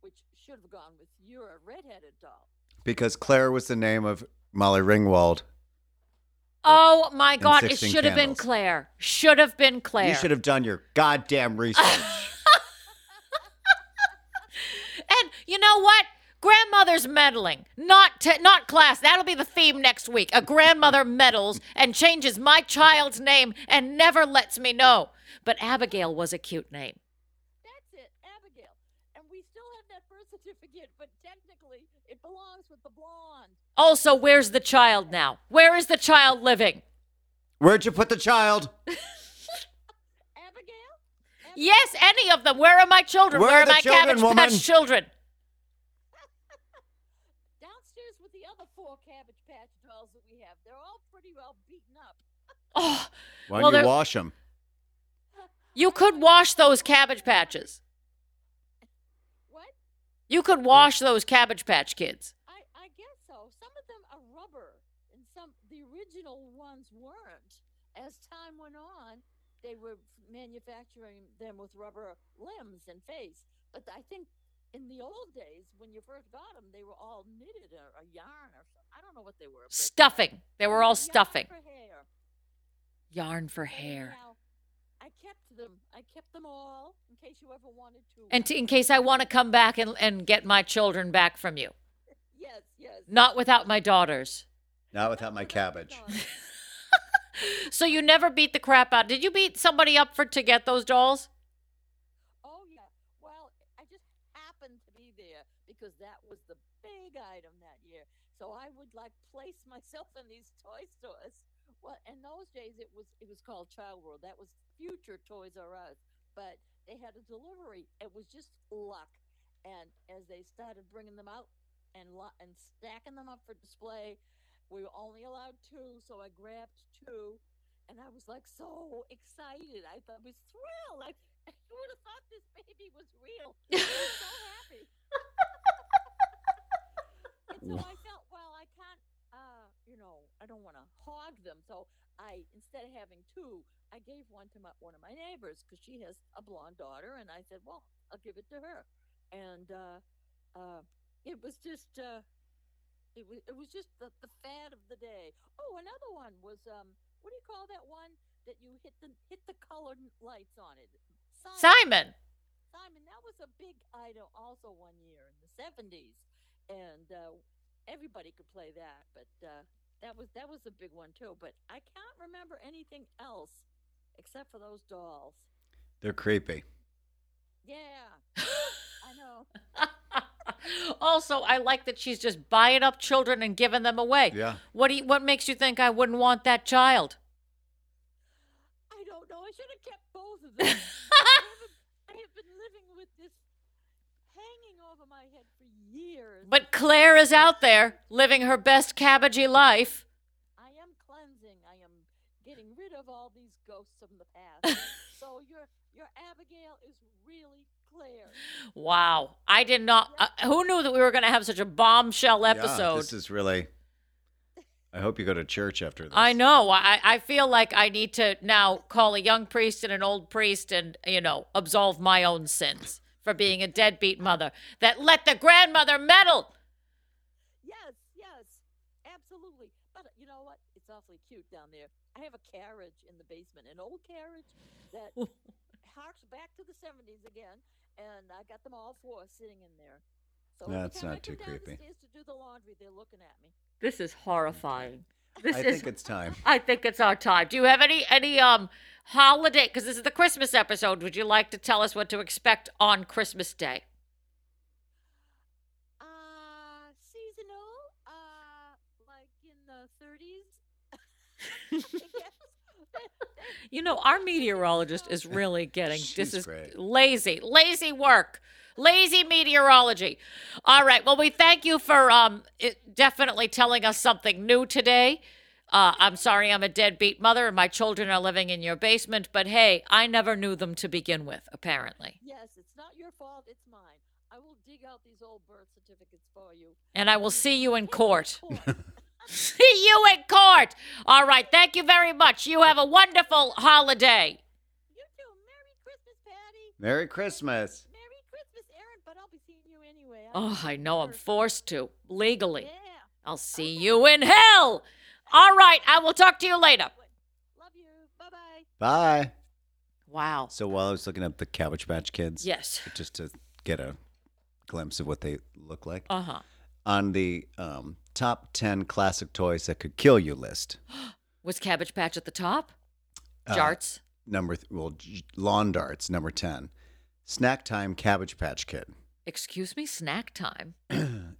C: which should have gone with your redheaded doll.
D: Because Claire was the name of Molly Ringwald.
E: Oh my god, it
D: 16
E: should have been
D: candles.
E: Claire. Should have been Claire.
D: You should have done your goddamn research.
E: And you know what? Grandmother's meddling, not t- not class. That'll be the theme next week. A grandmother meddles and changes my child's name and never lets me know. But Abigail was a cute name.
C: That's it, Abigail. And we still have that birth certificate, but technically it belongs with the blonde.
E: Also, where's the child now? Where is the child living?
D: Where'd you put the child?
C: Abigail?
E: Yes, any of them. Where are my children?
D: Where are
E: are
D: the
E: my
D: children,
E: cabbage
D: woman?
E: patch children?
C: Downstairs with the other four cabbage patch dolls that we have. They're all pretty well beaten up.
E: Oh,
D: Why
E: Well,
D: don't
E: there-
D: you wash him?
E: you could wash those cabbage patches.
C: What?
E: You could wash those cabbage patch kids.
C: I, I guess so. Some of them are rubber, and some the original ones weren't. As time went on, they were f- manufacturing them with rubber limbs and face. But I think in the old days, when you first got them, they were all knitted or, or yarn or so- I don't know what they were. but-
E: Stuffing. They were all
C: Yarn
E: stuffing.
C: for hair.
E: Yarn for hair.
C: Now, I kept them. I kept them all in case you ever wanted to.
E: And t- in case I want to come back and, and get my children back from you.
C: yes, yes.
E: Not without my daughters.
D: Not without my cabbage.
E: So you never beat the crap out. Did you beat somebody up for to get those dolls?
C: Oh, because that was the big item that year. So I would like place myself in these toy stores. Well, in those days it was it was called Child World. That was future Toys R Us, but they had a delivery. It was just luck. And as they started bringing them out and lo- and stacking them up for display, we were only allowed two, so I grabbed two, and I was like so excited. I thought I was thrilled. Like who would have thought this baby was real? I was so happy. and so I felt, well, I can't, uh, you know, I don't want to hog them. So I, instead of having two, I gave one to my, one of my neighbors because she has a blonde daughter, and I said, well, I'll give it to her. And uh, uh, it was just, uh, it was, it was just the, the fad of the day. Oh, another one was, um, what do you call that one that you hit the hit the colored lights on it?
E: Simon.
C: Simon, that was a big item also one year in the seventies, and uh, everybody could play that. But uh, that was that was a big one too. But I can't remember anything else except for those dolls.
D: They're creepy.
C: Yeah, I know.
E: also, I like that she's just buying up children and giving them away.
D: Yeah.
E: What do you, what makes you think I wouldn't want that child?
C: I don't know. I should have kept both of them. I, haven't- I have been living with this hanging over my head for years.
E: But Claire is out there living her best cabbagey life.
C: I am cleansing. I am getting rid of all these ghosts from the past. so your your Abigail is really clear.
E: Wow. I did not. Uh, who knew that we were going to have such a bombshell
D: Yeah,
E: episode?
D: this is really. I hope you go to church after this.
E: I know. I, I feel like I need to now call a young priest and an old priest and, you know, absolve my own sins for being a deadbeat mother that let the grandmother meddle.
C: Yes, yes, absolutely. But you know what? It's awfully cute down there. I have a carriage in the basement, an old carriage that harks back to the '70s again, and I got them all four sitting in there. So every
D: That's
C: time I
D: not too
C: come down the
D: creepy.
C: stairs to do the laundry, they're looking at me.
E: This is horrifying. This
D: I think it's time.
E: I think it's our time. Do you have any any um holiday? Because this is the Christmas episode. Would you like to tell us what to expect on Christmas Day?
C: Uh, seasonal, uh, like in the 30s.
E: You know, our meteorologist is really getting this
D: She's
E: is
D: great.
E: lazy, lazy work, lazy meteorology. All right. Well, we thank you for um it, definitely telling us something new today. Uh, I'm sorry, I'm a deadbeat mother, and my children are living in your basement. But hey, I never knew them to begin with. Apparently,
C: yes, it's not your fault, it's mine. I will dig out these old birth certificates for you.
E: and I will see you in
C: Take me to
E: court. See you in court. All right. Thank you very much. You have a wonderful holiday.
C: you too. Merry Christmas, Patty.
D: Merry Christmas.
C: Merry Christmas, Aaron, but I'll be seeing you anyway. I'll
E: Oh,
C: see
E: I
C: you
E: know I'm
C: first.
E: forced to legally.
C: Yeah.
E: I'll see you in hell. All right. I will talk to you later.
C: Love you. Bye bye.
D: Bye.
E: Wow.
D: So while I was looking up the Cabbage Patch Kids,
E: Yes.
D: just to get a glimpse of what they look like,
E: Uh huh.
D: on the um, top 10 classic toys that could kill you list,
E: Was Cabbage Patch at the top?
D: Uh,
E: Jarts.
D: number, th- well, j- lawn darts, number 10. Snack time Cabbage Patch Kid.
E: Excuse me, snack time.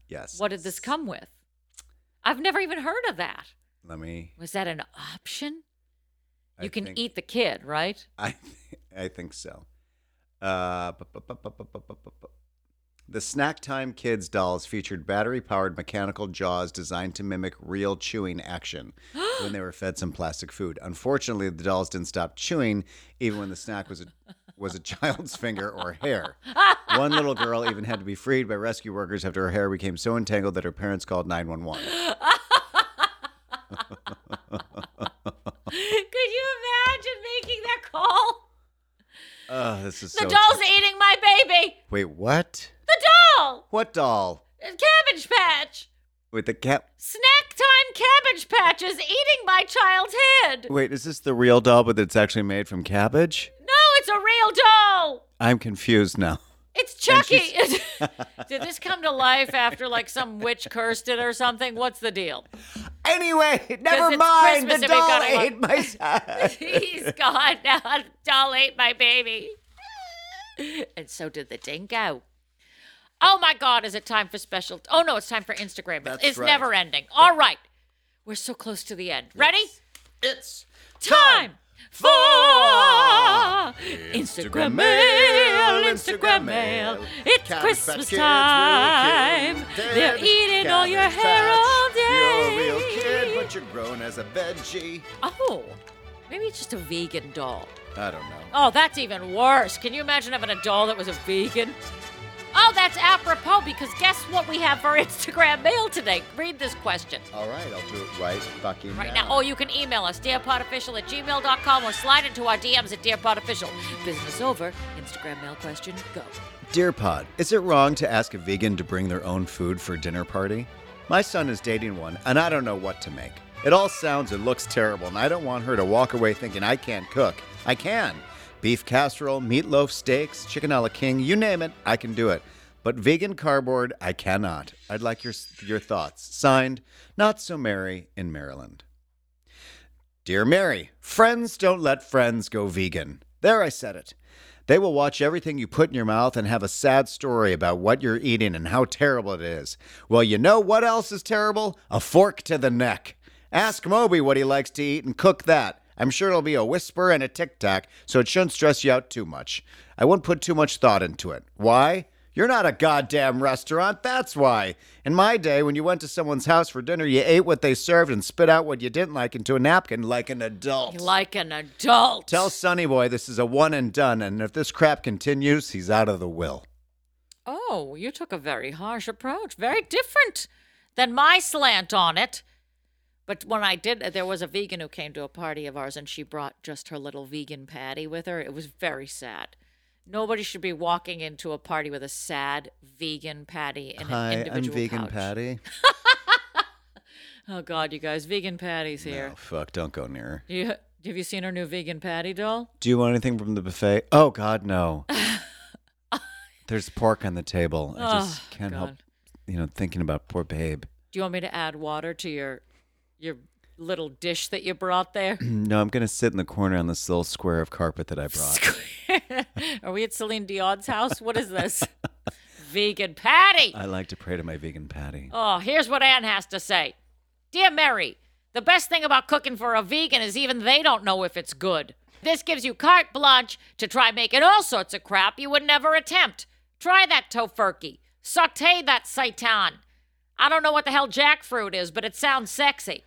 D: Yes.
E: What did this come with? I've never even heard of that.
D: Let me.
E: Was that an option?
D: I
E: You can
D: think-
E: eat the kid, right?
D: I, th- I think so. Uh, bu- bu- bu- bu- bu- bu- bu- bu- bu- the Snack Time Kids dolls featured battery powered mechanical jaws designed to mimic real chewing action when they were fed some plastic food. Unfortunately, the dolls didn't stop chewing even when the snack was a, was a child's finger or hair. One little girl even had to be freed by rescue workers after her hair became so entangled that her parents called 911.
E: Could you imagine making that call?
D: Oh, this is
E: The
D: so.
E: doll's eating my baby.
D: Wait, what?
E: The doll.
D: What doll?
E: Cabbage Patch.
D: With the cap.
E: Snack time Cabbage Patch is eating my child's head.
D: Wait, is this the real doll, but it's actually made from cabbage?
E: No, it's a real doll.
D: I'm confused now.
E: It's
D: And
E: Chucky.
D: she's-
E: Did this come to life after like some witch cursed it or something? What's the deal?
D: Anyway, never
E: it's Christmas
D: mind. The
E: and we've
D: doll
E: got a lot-
D: ate my side.
E: He's gone now. The Doll ate my baby. And so did the dingo. Oh my God, is it time for special? Oh no, it's time for Instagram.
D: That's
E: it's
D: right.
E: never ending. All right. We're so close to the end. Ready?
D: It's
E: Time for Instagram mail. Instagram
D: Instagram
E: mail.
D: mail.
E: It's
D: Cabbage
E: Christmas
D: Patch
E: time.
D: Kids will kill you
E: They're
D: dead.
E: eating all your
D: Cabbage
E: hair
D: Patch,
E: all day.
D: You're a real kid, but you're grown as a veggie.
E: Oh, maybe it's just a vegan doll.
D: I don't know.
E: Oh, that's even worse. Can you imagine having a doll that was a vegan? Oh, that's apropos because guess what we have for Instagram mail today? Read this question
D: All right, I'll do it right fucking
E: right now. Or you can email us, dearpodofficial at gmail.com, or slide into our DMs at dearpodofficial. Business over. Instagram mail question, go.
D: Dear Pod, is it wrong to ask a vegan to bring their own food for a dinner party? My son is dating one, and I don't know what to make. It all sounds and looks terrible, and I don't want her to walk away thinking I can't cook. I can. Beef casserole, meatloaf steaks, chicken a la king, you name it, I can do it. But vegan cardboard, I cannot. I'd like your your thoughts. Signed, Not So Mary in Maryland. Dear Mary, friends don't let friends go vegan. There I said it. They will watch everything you put in your mouth and have a sad story about what you're eating and how terrible it is. Well, you know what else is terrible? A fork to the neck. Ask Moby what he likes to eat and cook that. I'm sure it'll be a whisper and a tic tac, so it shouldn't stress you out too much. I won't put too much thought into it. Why? You're not a goddamn restaurant, that's why. In my day, when you went to someone's house for dinner, you ate what they served and spit out what you didn't like into a napkin like an adult.
E: Like an adult.
D: Tell Sonny Boy this is a one and done, and if this crap continues, he's out of the will.
E: Oh, you took a very harsh approach, very different than my slant on it. But when I did, there was a vegan who came to a party of ours and she brought just her little vegan patty with her. It was very sad. Nobody should be walking into a party with a sad vegan patty in an
D: Hi, I'm
E: individual
D: Vegan
E: pouch.
D: Patty.
E: Oh God, you guys, vegan patties here.
D: Oh, fuck, don't go near her.
E: Do you, have you seen her new vegan patty doll?
D: Do you want anything from the buffet? Oh, God, no. There's pork on the table. I just
E: Oh,
D: can't help,
E: God.
D: you know, thinking about poor babe.
E: Do you want me to add water to your your little dish that you brought there?
D: No, I'm going to sit in the corner on this little square of carpet that I brought.
E: Are we at Celine Dion's house? What is this? Vegan patty.
D: I like to pray to my vegan patty.
E: Oh, here's what Anne has to say. Dear Mary, the best thing about cooking for a vegan is even they don't know if it's good. This gives you carte blanche to try making all sorts of crap you would never attempt. Try that tofurkey. Saute that seitan. I don't know what the hell jackfruit is, but it sounds sexy.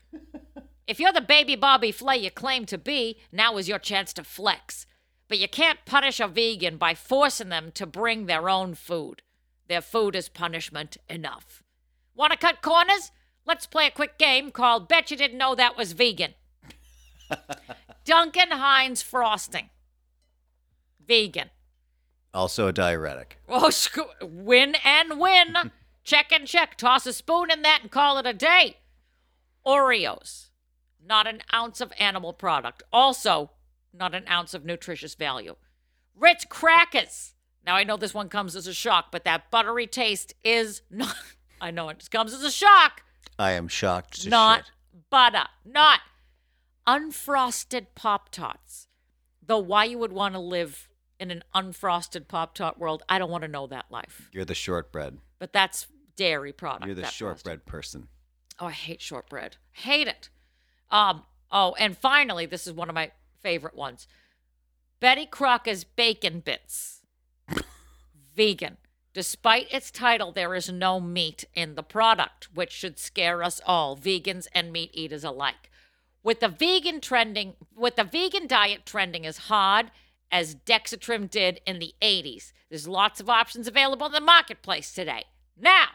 E: If you're the baby Bobby Flay you claim to be, now is your chance to flex. But you can't punish a vegan by forcing them to bring their own food. Their food is punishment enough. Want to cut corners? Let's play a quick game called Bet You Didn't Know That Was Vegan. Duncan Hines frosting. Vegan.
D: Also a diuretic.
E: Oh, sc- win and win. check and check. Toss a spoon in that and call it a day. Oreos. Not an ounce of animal product. Also, not an ounce of nutritious value. Ritz crackers. Now, I know this one comes as a shock, but that buttery taste is not. I know it just comes as a shock
D: I am shocked to
E: not
D: shit.
E: butter, not unfrosted Pop Tarts. Though why you would want to live in an unfrosted Pop Tart world, I don't want to know that life.
D: You're the shortbread.
E: But that's dairy product.
D: You're the
E: that frosted.
D: shortbread person.
E: Oh, I hate shortbread. Hate it. Um. Oh, and finally, this is one of my favorite ones. Betty Crocker's Bacon Bits. Vegan. Despite its title, there is no meat in the product, which should scare us all, vegans and meat eaters alike. With the vegan trending, with the vegan diet trending as hard as Dexatrim did in the 80s, there's lots of options available in the marketplace today. Now,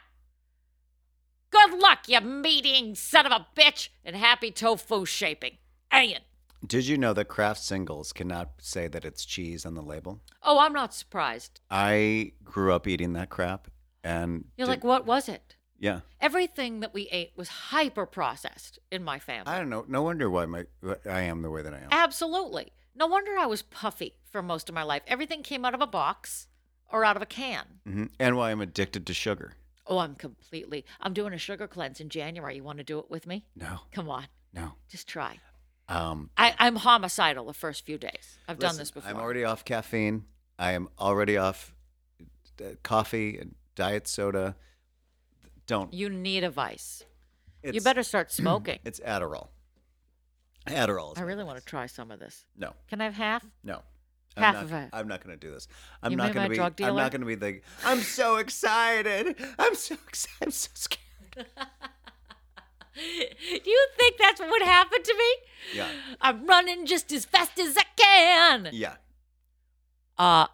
E: Good luck, you meat-eating son of a bitch, and happy tofu shaping. Ayan.
D: Did you know that Kraft singles cannot say that it's cheese on the label?
E: Oh, I'm not surprised.
D: I grew up eating that crap, and
E: You're
D: did-
E: like, what was it?
D: yeah.
E: Everything that we ate was hyper processed in my family.
D: I don't know. No wonder why my why I am the way that I am.
E: Absolutely. No wonder I was puffy for most of my life. Everything came out of a box or out of a can.
D: hmm And why I'm addicted to sugar.
E: Oh, I'm completely. I'm doing a sugar cleanse in January. You want to do it with me?
D: No,
E: Come on,
D: no.
E: just try.
D: Um,
E: I, I'm homicidal the first few days. I've done
D: listen,
E: this before.
D: I'm already off caffeine. I am already off uh, coffee and diet soda. Don't.
E: You need a vice. you
D: It's-
E: better start smoking.
D: It's Adderall. Adderall. is
E: I
D: my
E: really
D: vice.
E: want to try some of this.
D: No,
E: Can I have half?
D: no.
E: Half
D: I'm
E: of
D: not,
E: it.
D: I'm not going to do this. I'm
E: You
D: not
E: mean my
D: going to be.
E: drug
D: I'm
E: dealer?
D: not going to be the. I'm so excited. I'm so excited. I'm so scared.
E: Do you think that's what happened to me?
D: Yeah,
E: I'm running just as fast as I can.
D: yeah.
E: Uh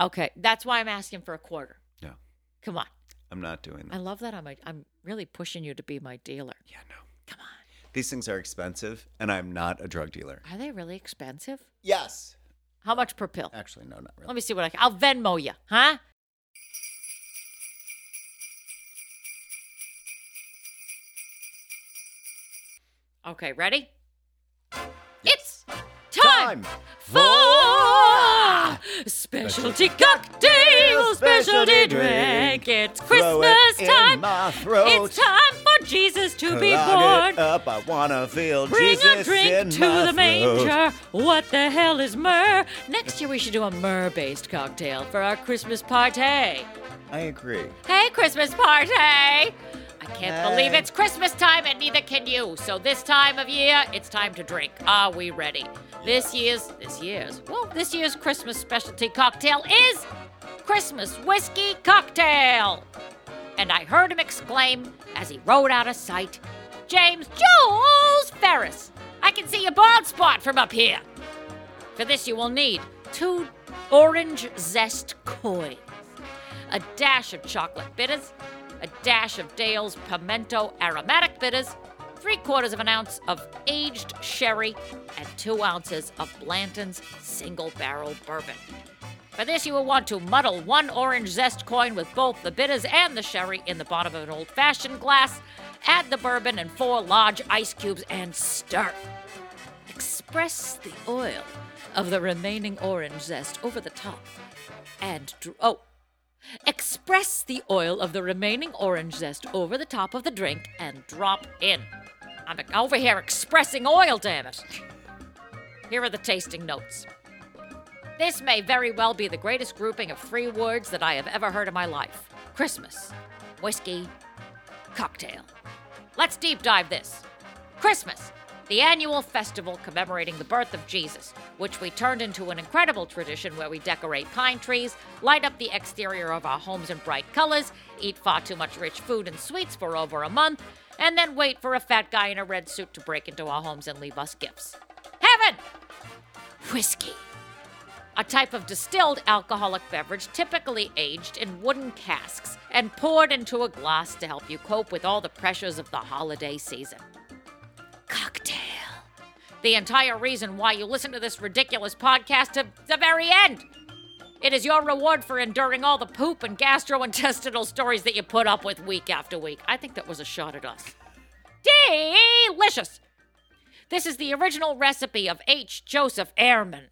E: okay. That's why I'm asking for a quarter.
D: Yeah.
E: Come on.
D: I'm not doing
E: I
D: that.
E: love that I'm a, I'm really pushing you to be my dealer.
D: Yeah, no.
E: Come on.
D: These things are expensive, and I'm not a drug dealer.
E: Are they really expensive?
D: Yes.
E: How much per pill?
D: Actually, no, not really.
E: Let me see what I can. I'll Venmo you, huh? Okay, ready? It's time,
D: Time
E: for specialty cocktail, specialty
D: specialty
E: drink.
D: drink.
E: It's
D: Throw it
E: Christmas
D: in
E: time.
D: my throat.
E: It's time for Jesus to be
D: Clog it
E: born.
D: up. I wanna feel
E: Bring
D: Jesus
E: a
D: in
E: drink to
D: my
E: the
D: throat.
E: manger. What the hell is myrrh? Next year we should do a myrrh-based cocktail for our Christmas party. Hey,
D: I agree.
E: Christmas party! I can't
D: Hey.
E: believe it's Christmas time and neither can you. So this time of year, it's time to drink. Are we ready? This year's this year's well, this year's Christmas specialty cocktail is Christmas whiskey cocktail. And I heard him exclaim as he rode out of sight, James Jules Ferris, I can see your bald spot from up here. For this, you will need two orange zest coins, a dash of chocolate bitters, a dash of Dale's pimento aromatic bitters, three quarters of an ounce of aged sherry, and two ounces of Blanton's single barrel bourbon. For this, you will want to muddle one orange zest coin with both the bitters and the sherry in the bottom of an old fashioned glass, add the bourbon and four large ice cubes, and stir express the oil of the remaining orange zest over the top and dr- oh express the oil of the remaining orange zest over the top of the drink and drop in i'm over here expressing oil damn it here are the tasting notes this may very well be the greatest grouping of three words that i have ever heard in my life christmas whiskey cocktail let's deep dive this Christmas, the annual festival commemorating the birth of Jesus, which we turned into an incredible tradition where we decorate pine trees, light up the exterior of our homes in bright colors, eat far too much rich food and sweets for over a month, and then wait for a fat guy in a red suit to break into our homes and leave us gifts. Heaven! Whiskey. A type of distilled alcoholic beverage typically aged in wooden casks and poured into a glass to help you cope with all the pressures of the holiday season cocktail. The entire reason why you listen to this ridiculous podcast to the very end. It is your reward for enduring all the poop and gastrointestinal stories that you put up with week after week. I think that was a shot at us. Delicious! This is the original recipe of H. Joseph Ehrman,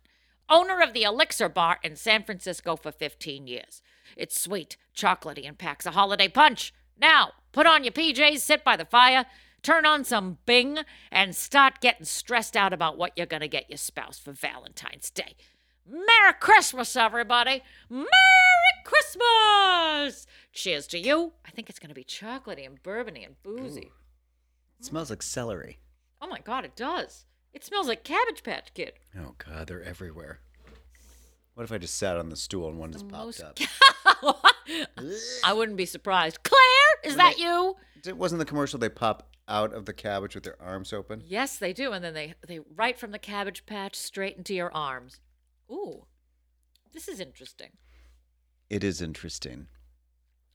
E: owner of the Elixir Bar in San Francisco for 15 years. It's sweet, chocolatey, and packs a holiday punch. Now, put on your PJs, sit by the fire, turn on some Bing, and start getting stressed out about what you're going to get your spouse for Valentine's Day. Merry Christmas, everybody! Merry Christmas! Cheers to you. I think it's going to be chocolatey and bourbony and boozy.
D: It smells like celery.
E: Oh my god, it does. It smells like Cabbage Patch Kid.
D: Oh God, they're everywhere. What if I just sat on the stool and one just popped up?
E: I wouldn't be surprised. Claire, is that you?
D: It wasn't the commercial they pop out of the cabbage with their arms open.
E: Yes, they do. And then they they right from the Cabbage Patch straight into your arms. Ooh, this is interesting
D: It is interesting,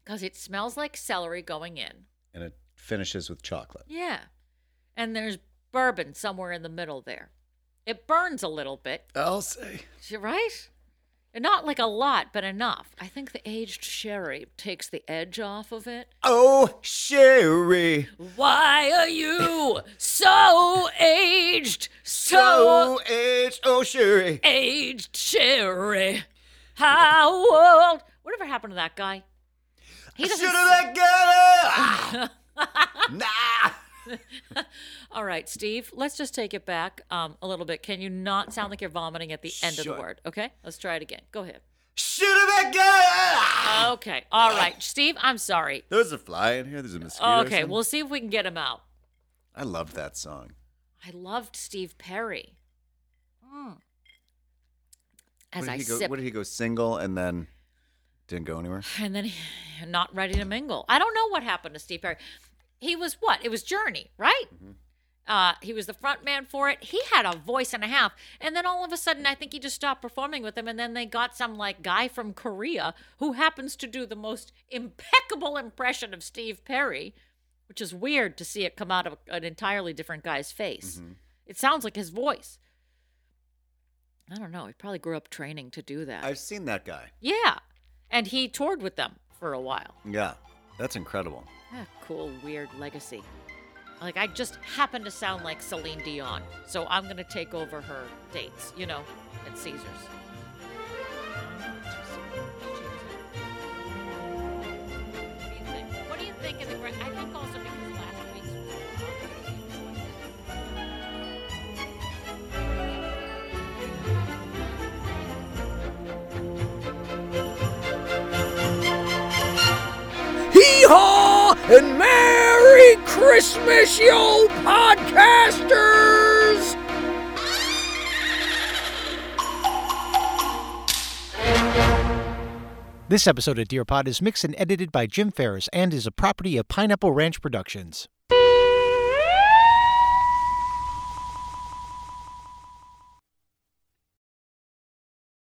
E: because it smells like celery going in.
D: and it finishes with chocolate.
E: Yeah, and there's bourbon somewhere in the middle there. It burns a little bit,
D: I'll say.
E: right? And Not like a lot, but enough. I think the aged sherry takes the edge off of it.
D: Oh, Sherry,
E: Why are you so aged? So
D: so aged. Oh, Sherry.
E: aged, Sherry. How old? Whatever happened to that guy? He
D: Should
E: doesn't.
D: have let go. Ah. nah.
E: All right, Steve. Let's just take it back um, a little bit. Can you not sound like you're vomiting at the end of
D: Sure.
E: the word? Okay, let's try it again. Go ahead.
D: Shoot him again!
E: Okay. All right. Steve, I'm sorry.
D: There's a fly in here. There's a mosquito. or
E: Okay.
D: something.
E: We'll see if we can get him out.
D: I love that song.
E: I loved Steve Perry. Mm. As
D: what did
E: I
D: he go,
E: sip.
D: What did he go single and then didn't go anywhere?
E: and then he, not ready to mingle. I don't know what happened to Steve Perry. He was what? It was Journey, right? Uh, he was the front man for it. He had a voice and a half, and then all of a sudden, I think he just stopped performing with them. And then they got some like guy from Korea who happens to do the most impeccable impression of Steve Perry, which is weird to see it come out of an entirely different guy's face. It sounds like his voice. I don't know. He probably grew up training to do that.
D: I've seen that guy.
E: Yeah. And he toured with them for a while.
D: Yeah, that's incredible.
E: Ah, cool, weird legacy. Like, I just happen to sound like Celine Dion, so I'm going to take over her dates, you know, at Caesars. What do you think of the Gre- I think also because last week's was-
A: Hee haw and Merry Christmas, yo podcasters!
G: This episode of Dear Pod is mixed and edited by Jim Ferris and is a property of Pineapple Ranch Productions.